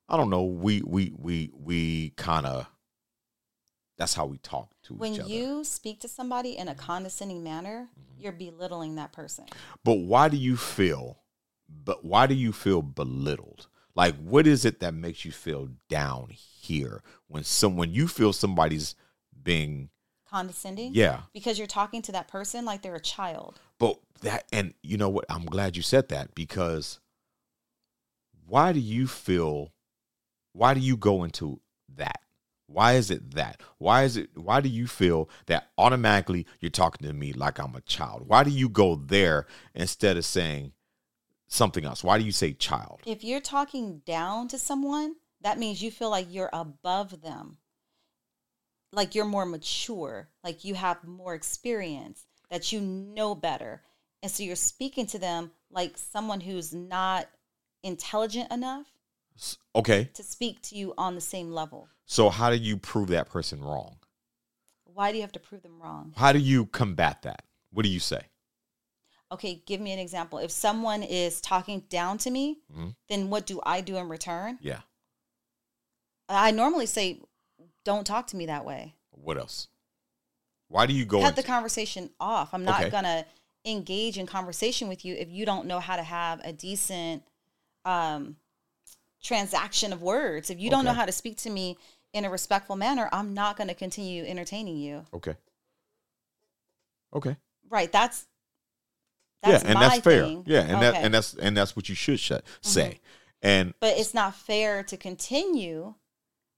I don't know, we we we we kind of that's how we talk to each
When
other. Mm-hmm.
you speak to somebody in a condescending manner, you're belittling that person.
but why do you feel but why do you feel belittled? Like what is it that makes you feel down here when some when you feel somebody's being
Condescending?
yeah
Because you're talking to that person like they're a child.
But that, and you know what? I'm glad you said that because why do you feel, why do you go into that? Why is it that? Why is it, why do you feel that automatically you're talking to me like I'm a child? Why do you go there instead of saying something else? Why do you say child?
If you're talking down to someone, that means you feel like you're above them. Like you're more mature, like you have more experience, that you know better. And so you're speaking to them like someone who's not intelligent enough
S- Okay.
to speak to you on the same level.
So how do you prove that person wrong?
Why do you have to prove them wrong?
How do you combat that? What do you say?
Okay, give me an example. If someone is talking down to me,
Mhm.
then what do I do in return?
Yeah.
I normally say, don't talk to me that way.
What else? Why do you go
cut the
into-
conversation off. I'm not
Okay.
gonna engage in conversation with you if you don't know how to have a decent um, transaction of words. If you don't know
Okay.
how to speak to me in a respectful manner, I'm not gonna continue entertaining you.
Okay. Okay.
Right? That's that's
yeah, and
my
that's fair.
thing.
Yeah, and that
Okay. Mm-hmm.
and that's and that's what you should sh- say. And
but it's not fair to continue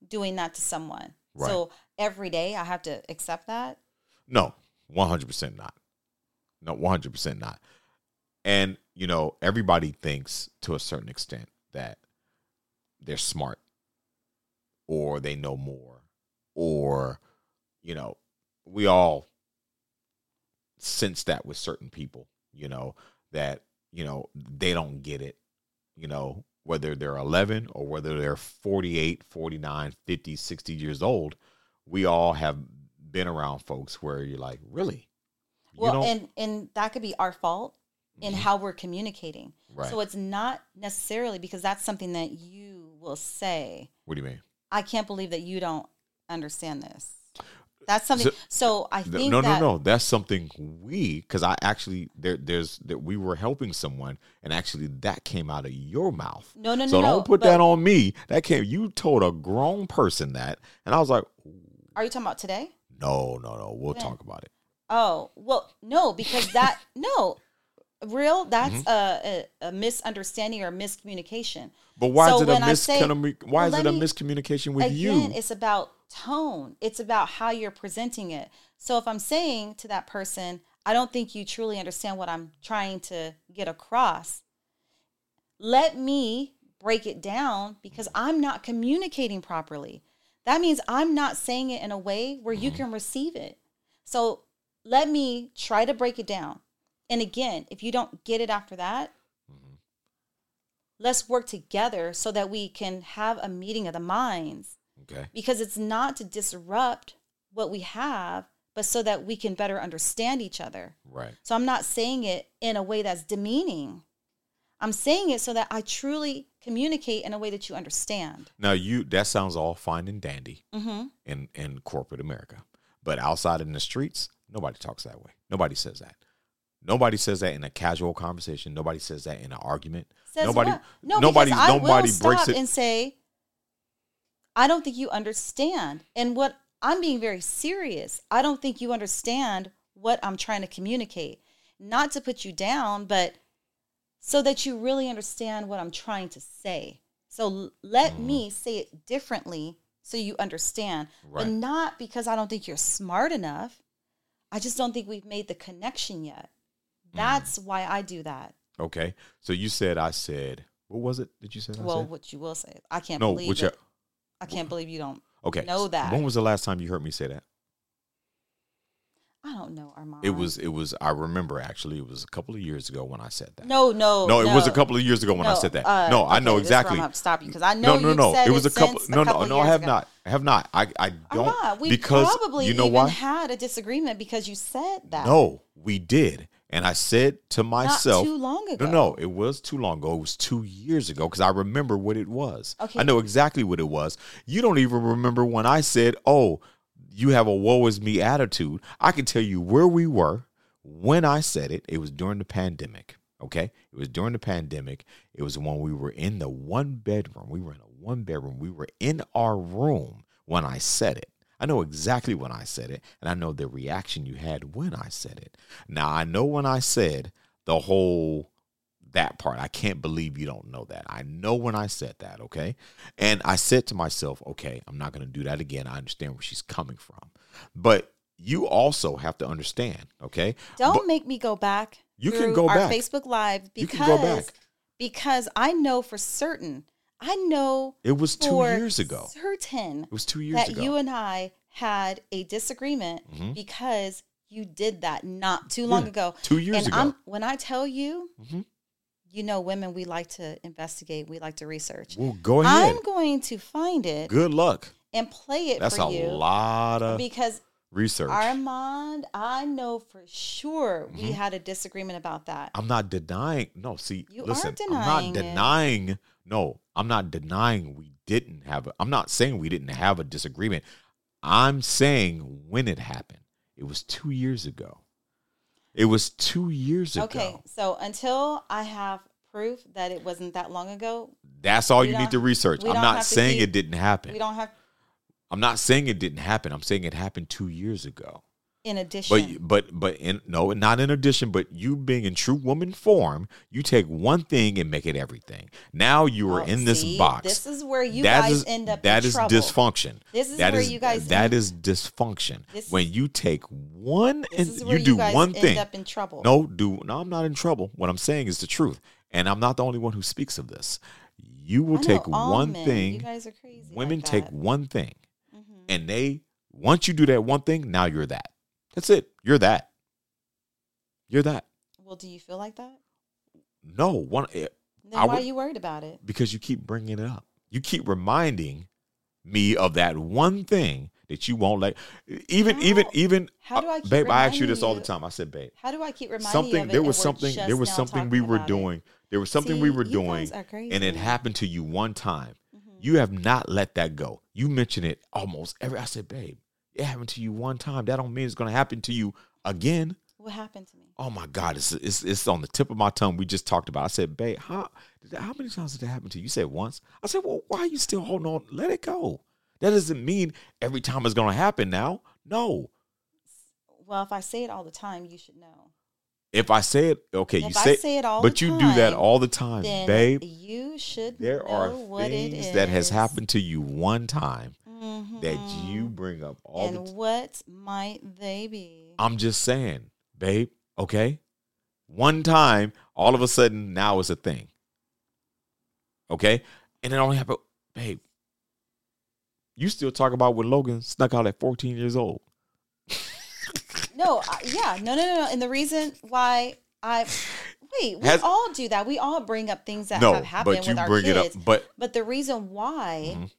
doing that to someone.
Right.
So every day I have to accept that.
no, one hundred percent not. No, one hundred percent not. And you know, everybody thinks to a certain extent that they're smart, or they know more, or you know, we all sense that with certain people. You know that you know they don't get it. you know, whether they're 11 or whether they're 48, 49, 50, 60 years old, we all have been around folks where you're like, really? You
Well,
don't-
and and that could be our fault in
Mhm.
how we're communicating.
right.
So it's not necessarily because that's something that you will say.
what do you mean?
I can't believe that you don't understand this. That's something. So, I
Th-
think
no,
that,
no, no. That's something we, because I actually, there, there's, that we were helping someone and actually that came out of your mouth.
no, no, no.
so
no,
don't put
but
that on me. That came, you told a grown person that. And I was like,
Are you talking about today?
no, no, no. We'll
When?
talk about it.
Oh well, no, because that <laughs> no, real. That's
Mm-hmm.
a, a a misunderstanding or miscommunication.
But why
So
is it a
when I say-
miscommunication? Why is
Well,
it a
let me-
miscommunication with you?
Again, it's about tone. It's about how you're presenting it. So if I'm saying to that person, I don't think you truly understand what I'm trying to get across, let me break it down because I'm not communicating properly. That means I'm not saying it in a way where you can receive it. So let me try to break it down. And again, if you don't get it after that,
Mm-hmm.
let's work together so that we can have a meeting of the minds
Okay.
because it's not to disrupt what we have, but so that we can better understand each other.
Right.
So I'm not saying it in a way that's demeaning. I'm saying it so that I truly communicate in a way that you understand.
Now you that sounds all fine and dandy
Mm-hmm.
in in corporate America, but outside in the streets, nobody talks that way. Nobody says that. Nobody says that in a casual conversation. Nobody says that in an argument.
Says
nobody,
what? No,
nobody,
because I
nobody
will
breaks
stop
it.
and say, I don't think you understand. And what I'm being very serious. I don't think you understand what I'm trying to communicate. Not to put you down, but so that you really understand what I'm trying to say. So l- let
Mm.
me say it differently so you understand.
Right.
But not because I don't think you're smart enough. I just don't think we've made the connection yet.
Mm.
That's why I do that.
okay, so you said I said. What was it that you said? I
Well,
said?
what you will say, I can't
no,
believe
which uh,
that- I can't believe you don't.
okay.
know that.
When was the last time you heard me say that?
I don't know, Armand.
It was. It was. I remember actually. It was a couple of years ago when I said that.
no, no,
No, it was a couple of years ago when I
No,
said that.
uh,
no, I
okay,
know
this is where
exactly.
I'm gonna stop you because I know
no, no,
you've
no.
said
it was a couple.
since
No, no,
couple
no. I
years
have
ago.
not. I have not. I. I don't.
Armand, we
because
probably
you know
even
why?
had a disagreement because you said that.
No, we did. And I said to myself,
too long ago.
No, no, it was too long ago. It was two years ago because I remember what it was.
Okay.
I know exactly what it was. You don't even remember when I said, Oh, you have a woe is me attitude. I can tell you where we were when I said it. It was during the pandemic. Okay. It was during the pandemic. It was when we were in the one bedroom. We were in a one bedroom. We were in our room when I said it. I know exactly when I said it, and I know the reaction you had when I said it. Now, I know when I said the whole that part. I can't believe you don't know that. I know when I said that, okay? And I said to myself, okay, I'm not going to do that again. I understand where she's coming from. But you also have to understand, okay?
don't
But-
make me go back.
You can
through
go
our
back.
Facebook Live
You
because
can go back.
because I know for certain. I know
It was two
for
years ago.
Certain
It was two years
that
ago.
you and I had a disagreement
Mhm.
because you did that not too long
Yeah,
ago.
two years
and
ago.
I'm, when I tell you,
Mhm.
you know, women, we like to investigate, we like to research.
well, go ahead.
I'm going to find it
Good luck.
and play it
That's
for
a
you
lot of
because
research. Mm-hmm.
Armand, I know for sure we had a disagreement about that.
I'm not denying. No, see,
You are
listen, I'm
denying
not
it.
denying. No, I'm not denying we didn't have. A, I'm not saying we didn't have a disagreement. I'm saying when it happened, it was two years ago. It was two years ago.
Okay, so until I have proof that it wasn't that long ago,
That's all
We
you
don't-
need to research.
we
I'm
don't
not
have to
saying
keep-
it didn't happen.
we don't have
I'm not saying it didn't happen. I'm saying it happened two years ago.
in addition.
But but but in no, not in addition. But you being in true woman form, you take one thing and make it everything. Now you are
Oh,
in this
see?
box.
This is where you
That
guys
is-
end up
that
in
is
trouble.
dysfunction.
This is
That
where you guys
that
end-
is dysfunction.
This-
when you take one
This
and
is
you
where you,
do
guys
one
end
thing.
up in trouble.
No, do no. I'm not in trouble. What I'm saying is the truth, and I'm not the only one who speaks of this. You will
I know
take
all
one
men. You
thing.
guys are crazy.
Women
like
take
that. Mm-hmm.
one thing, and they once you do that one thing, now you're that. That's it. You're that. You're that.
Well, do you feel like that?
No one. eh,
Then
I
why
would-
are you worried about it?
because you keep bringing it up. You keep reminding me of that one thing that you won't let. Even,
How-
even, even. uh,
how do I keep
babe? I ask you
reminding
this all the
you
time. I said, babe,
How do I keep reminding you
something.
of it
There
and
was
we're
something.
just
There was
now
something
talking
we were
about it?
doing. There was something we
See,
were
you
doing,
guys are crazy. Mm-hmm.
and it happened to you one time. You have not let that go. You mention it almost every. I said, babe, it happened to you one time. That don't mean it's going to happen to you again.
What happened to me?
Oh my God, it's, it's it's on the tip of my tongue. We just talked about. It. I said, babe, how did that- how many times did that happen to you? You said once. I said, well, why are you still holding on? Let it go. That doesn't mean every time it's gonna happen. Now, no.
Well, if I say it all the time, you should know.
If I say it, okay, you
If I
say,
say it all
but
the
you do that
time,
all the time,
Then
babe.
you should
There
know
are
what it
things
is Mm-hmm.
that has happened to you one time that you bring up all the
and what might they be?
I'm just saying, babe, okay? One time, all of a sudden, now it's a thing. Okay? And it only happened, babe. You still talk about when Logan snuck out at 14 years old.
No, I, yeah, no, no, no, no. And the reason why I wait, we
Has-
all do that. We all bring up things that
No,
have happened
but you
with our
bring it up.
kids.
But
But the reason why,
Mhm.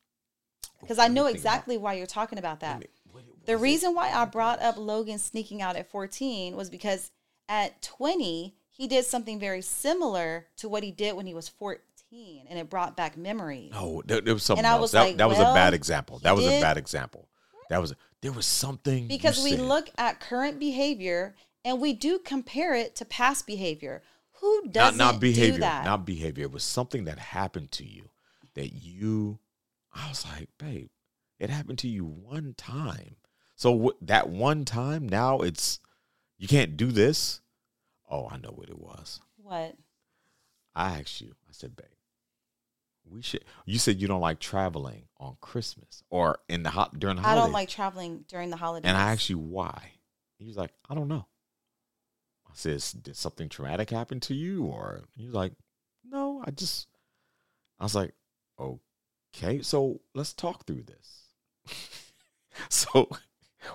because I
Let me
know
think about-
exactly why you're talking about that.
What it
The
was, it-
reason why I brought up Logan sneaking out at 14 was because at 20, he did something very similar to what he did when he was 14, and it brought back memories.
No, there, there was something
I
else.
was
that
like,
that was a
well,
bad example. That was a
did-
bad example. That was there was something you
Because we
said.
look at current behavior And we do compare it to past behavior. Who
not
doesn't
not behavior,
do that?
not behavior. It was something that happened to you that you. I was like, babe, it happened to you one time. So what, that one time, now it's you can't do this. Oh, I know what it was.
what?
I asked you. I said, babe, we should. You said you don't like traveling on Christmas or in the hot during the
I
holidays.
don't like traveling during the holidays.
And I asked you why. He was like, I don't know. I says, did something traumatic happen to you? Or he was like, no, I just. I was like, okay, so let's talk through this. <laughs> so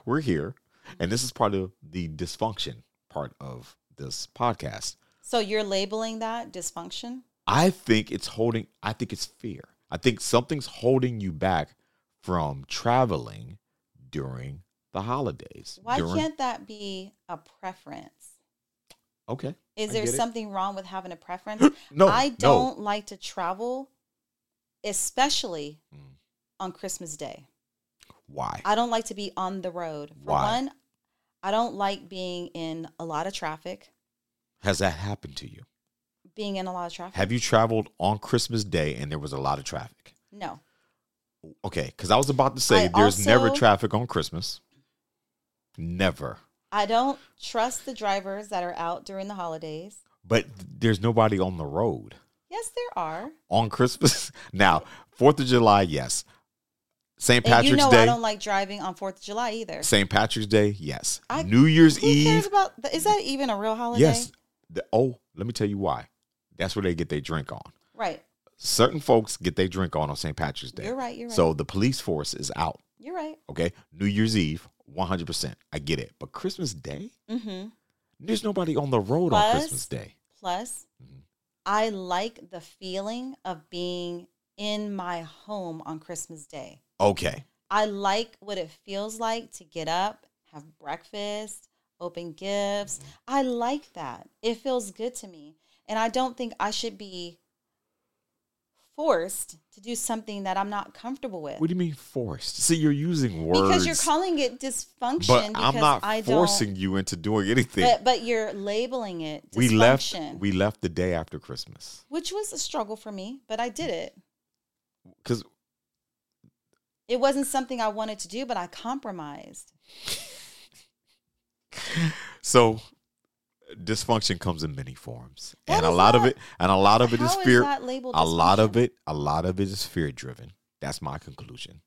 we're here, and this is part of the dysfunction part of this podcast.
So you're labeling that dysfunction?
I think it's holding, I think it's fear. I think something's holding you back from traveling during the holidays.
Why
during-
can't that be a preference?
Okay.
Is
I
there
get it.
something wrong with having a preference?
<gasps> No,
I
no.
don't like to travel, especially
Mm.
on Christmas Day.
Why?
I don't like to be on the road. For
Why?
one, I don't like being in a lot of traffic.
Has that happened to you?
Being in a lot of traffic.
Have you traveled on Christmas Day and there was a lot of traffic?
No.
Okay, because I was about to say
I
there's never
also-
traffic on Christmas. Never.
I don't trust the drivers that are out during the holidays.
But there's nobody on the road
Yes, there are.
on Christmas. <laughs> Now, 4th of July, yes. St.
And
Patrick's
you know I
Day,
don't like driving on 4th of July either.
St. Patrick's Day, yes.
I-
New Year's
Who cares
Eve,
about th- Is that even a real holiday?
yes. The, oh, let me tell you why. That's where they get their drink on.
Right.
Certain folks get their drink on on St. Patrick's Day.
You're right, you're right.
So the police force is out.
You're right.
Okay. New Year's Eve, 100%. I get it. But Christmas Day?
Mm-hmm.
There's nobody on the road on
Plus-
Christmas Day.
Plus,
Mhm.
I like the feeling of being in my home on Christmas Day.
Okay.
I like what it feels like to get up, have breakfast, open gifts.
Mm-hmm.
I like that. It feels good to me. And I don't think I should be forced to do something that I'm not comfortable with.
What do you mean forced? See, you're using words.
because you're calling it dysfunction
But
because
I'm not
I don't-
forcing you into doing anything.
but, but you're labeling it dysfunction.
we left we left the day after Christmas.
which was a struggle for me, but I did it.
Cuz
It wasn't something I wanted to do, but I compromised.
so dysfunction comes in many forms.
That
and a
is
lot of
not-
it and a lot of it is
How is
fear
that labeled
a lot of
dysfunction?
it a lot of it is fear driven. That's my conclusion.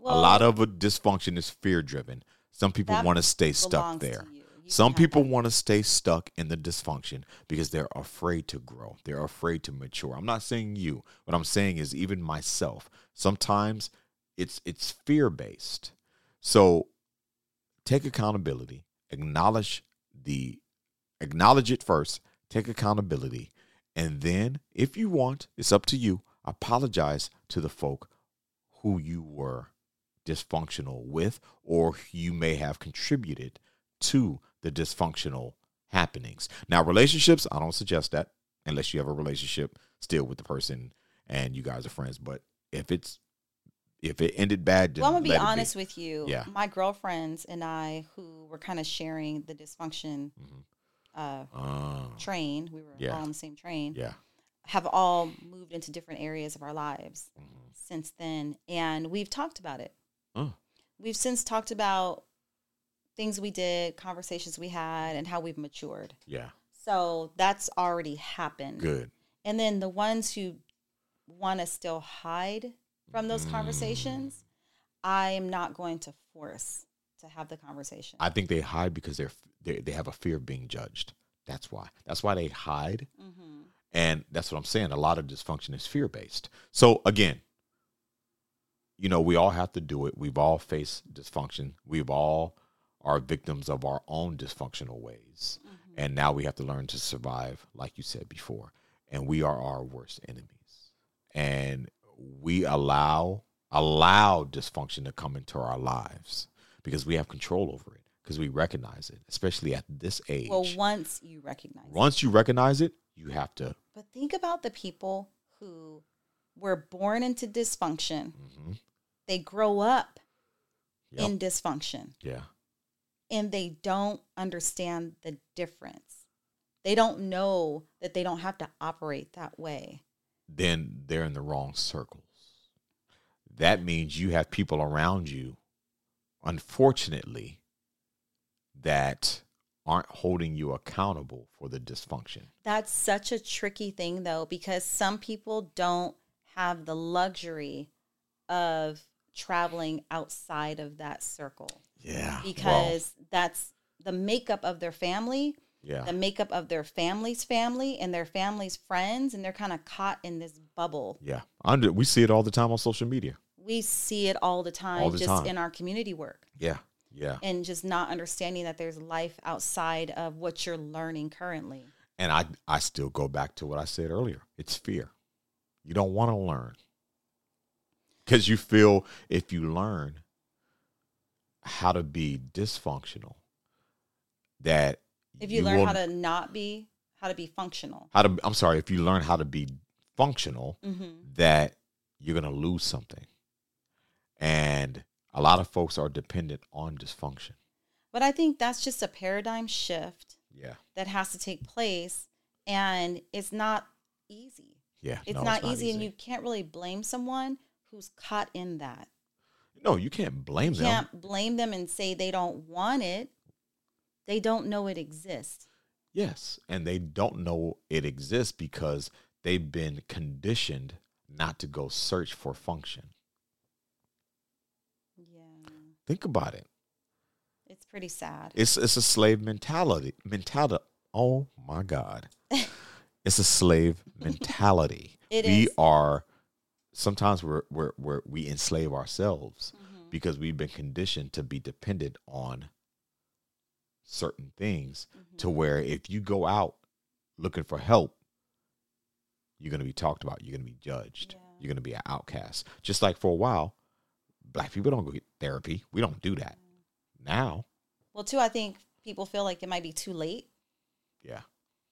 a
Well,
lot of a dysfunction is fear driven. Some people
that
want to stay stuck
belongs to
there.
you. You can
Some
have
people
that.
want to stay stuck in the dysfunction because they're afraid to grow. They're afraid to mature. I'm not saying you. What I'm saying is even myself. Sometimes it's it's fear based. So take accountability. Acknowledge the acknowledge it first. Take accountability. And then, if you want, it's up to you. Apologize to the folk who you were dysfunctional with, or you may have contributed to the dysfunctional happenings. Now, relationships, I don't suggest that unless you have a relationship still with the person and you guys are friends. But if it's if it ended bad, then
Well, I'm gonna be
let it
honest with you.
Yeah.
My girlfriends and I, who were kind of sharing the dysfunction
Mhm.
uh,
Ah,
train, we were
Yeah.
all on the same train,
yeah.
have all moved into different areas of our lives
Mhm.
since then, and we've talked about it.
Oh,
We've since talked about things we did, conversations we had, and how we've matured.
yeah.
So that's already happened.
Good.
And then the ones who want to still hide from those
Mm.
conversations, I am not going to force to have the conversation.
I think they hide because they're they they have a fear of being judged. That's why. That's why they hide,
Mhm.
and that's what I'm saying. A lot of dysfunction is fear based. So again, you know, we all have to do it. We've all faced dysfunction. We've all are victims of our own dysfunctional ways,
Mm-hmm.
and now we have to learn to survive, like you said before. And we are our worst enemies, and we allow allow dysfunction to come into our lives because we have control over it because we recognize it, especially at this age.
Well, once you recognize it.
Once you recognize it, you have to.
But think about the people who were born into dysfunction.
Mhm.
They grow up
Yep.
in dysfunction.
yeah.
and they don't understand the difference. They don't know that they don't have to operate that way.
then they're in the wrong circles. That means you have people around you, unfortunately, that aren't holding you accountable for the dysfunction.
That's such a tricky thing, though, because some people don't have the luxury of traveling outside of that circle
Yeah.
because that's the makeup of their family,
yeah.
the makeup of their family's family, and their family's friends, and they're kind of caught in this bubble.
yeah. Under, we see it all the time on social media.
We see it all the time,
All the
just
time.
in our community work.
Yeah. Yeah.
and just not understanding that there's life outside of what you're learning currently.
And I, I still go back to what I said earlier. It's fear. You don't want to learn because you feel if you learn how to be dysfunctional, that
If you, learn
will-
how to not be, how to be functional.
how to I'm sorry, if you learn how to be functional,
Mm-hmm.
that you're gonna lose something. And a lot of folks are dependent on dysfunction.
But I think that's just a paradigm shift
Yeah.
that has to take place, and it's not easy.
Yeah.
It's,
no,
not, easy, and you can't really blame someone who's caught in that.
No, you can't blame
You
them.
can't blame them and say they don't want it. They don't know it exists.
Yes. And they don't know it exists because they've been conditioned not to go search for function.
Yeah,
Think about it.
it's pretty sad.
It's it's a slave mentality. Mentality. Oh my
<laughs>
God. it's a slave mentality.
It
we
is.
are sometimes we're, we're, we're we enslave ourselves
Mm-hmm.
because we've been conditioned to be dependent on certain things
Mm-hmm.
to where if you go out looking for help you're going to be talked about you're going to be judged
Yeah.
you're going to be an outcast just like for a while black people don't go get therapy we don't do that
Mm.
now
Well, too, I think people feel like it might be too late.
yeah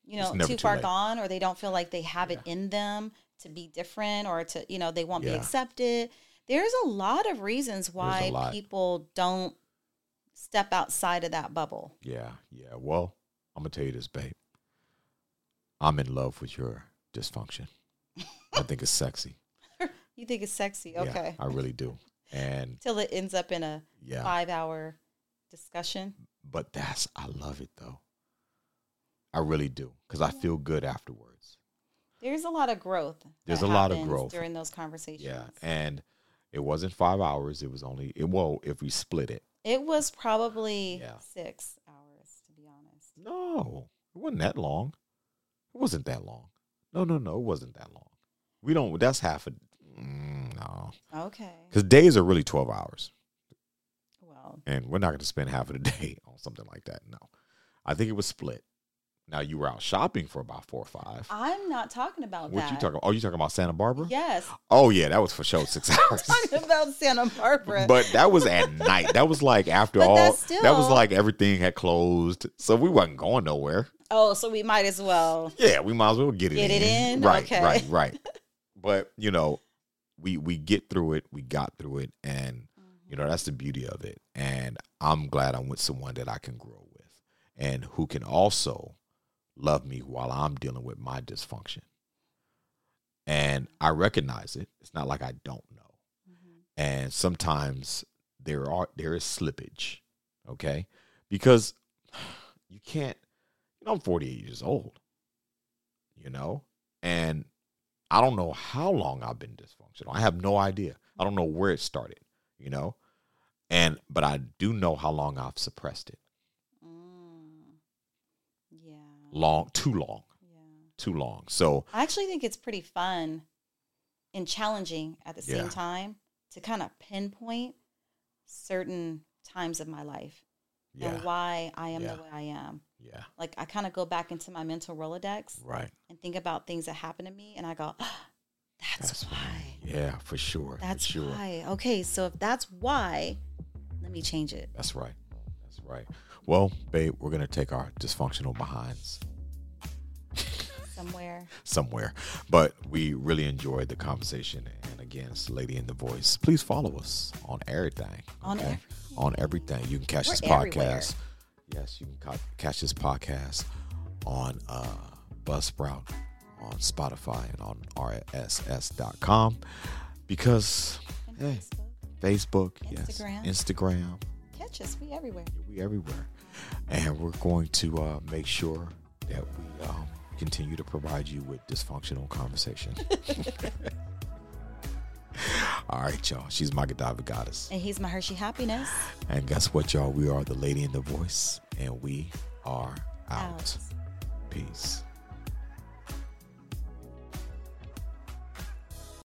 you
It's
know
never
too
too
far
late.
gone or they don't feel like they have it
Yeah.
in them to be different or to you know they won't
Yeah.
be accepted there's a lot of reasons why
lot.
people don't step outside of that bubble
Yeah, yeah. Well, I'm gonna tell you this, babe. I'm in love with your dysfunction. I think it's
<laughs>
sexy.
you think it's sexy
Yeah,
okay
I really do. And
till it ends up in a
yeah,
five hour discussion
but that's I love it though. I really do because I feel good afterwards.
there's a lot of growth
There's
that
a lot of
happens
growth.
during those conversations
Yeah, and it wasn't five hours. It was only it. Well, if we split it,
it was probably
Yeah.
six hours to be honest
no, it wasn't that long. It wasn't that long. No, no, no, it wasn't that long. We don't. That's half a. Mm, no,
okay
because days are really twelve hours.
well
and we're not going to spend half of the <laughs> day on something like that. No, I think it was split. Now you were out shopping for about four or five.
i'm not talking about
what
that
you talking? Oh, you talking about Santa Barbara?
yes
Oh yeah, that was for sure six hours.
<laughs> talking about Santa Barbara.
but that was
<laughs>
at night. That was like after
But
all.
that's
that was
still-
like everything had closed, so we wasn't going nowhere.
oh, so we might as well.
Yeah, we might as well get it
Get
in.
it in?
Right,
Okay.
right,
<laughs>
right. but you know, we we get through it. We got through it, and you know that's the beauty of it. And I'm glad I'm with someone that I can grow with, and who can also love me while I'm dealing with my dysfunction. And I recognize it. It's not like I don't know.
Mm-hmm.
And sometimes there are there is slippage, okay? Because you can't. You know, I'm 48 years old you know? And I don't know how long I've been dysfunctional. I have no idea. I don't know where it started, you know? And but I do know how long I've suppressed it.
Mm. Yeah.
Long, too long,
Yeah.
too long. So,
I actually think it's pretty fun and challenging at the
Yeah.
same time to kind of pinpoint certain times of my life
yeah.
and why I am
Yeah.
the way I am.
Yeah.
Like I kind of go back into my mental Rolodex
Right.
and think about things that happened to me and I go, "Ah, that's, why.
Yeah, for sure.
That's
for sure.
why. Okay, so if that's why, let me change it.
That's right. That's right. Well, babe, we're going to take our dysfunctional behinds
somewhere.
somewhere. But we really enjoyed the conversation and And again, it's Lady in the Voice. Please follow us on everything.
On
okay? On everything. You can catch
We're
this
everywhere.
podcast. Yes, you can ca- catch this podcast on uh, Buzzsprout, on Spotify, and on RSS.com because
And
hey,
Facebook.
Facebook, yes,
Instagram.
Instagram,
Catch us. We everywhere.
we everywhere, and we're going to uh, make sure that we um, continue to provide you with dysfunctional conversation. <laughs> All right, y'all. She's my Godiva goddess,
And he's my Hershey happiness.
and guess what, y'all? We are the Lady in the Voice, and we are out.
Out.
Peace.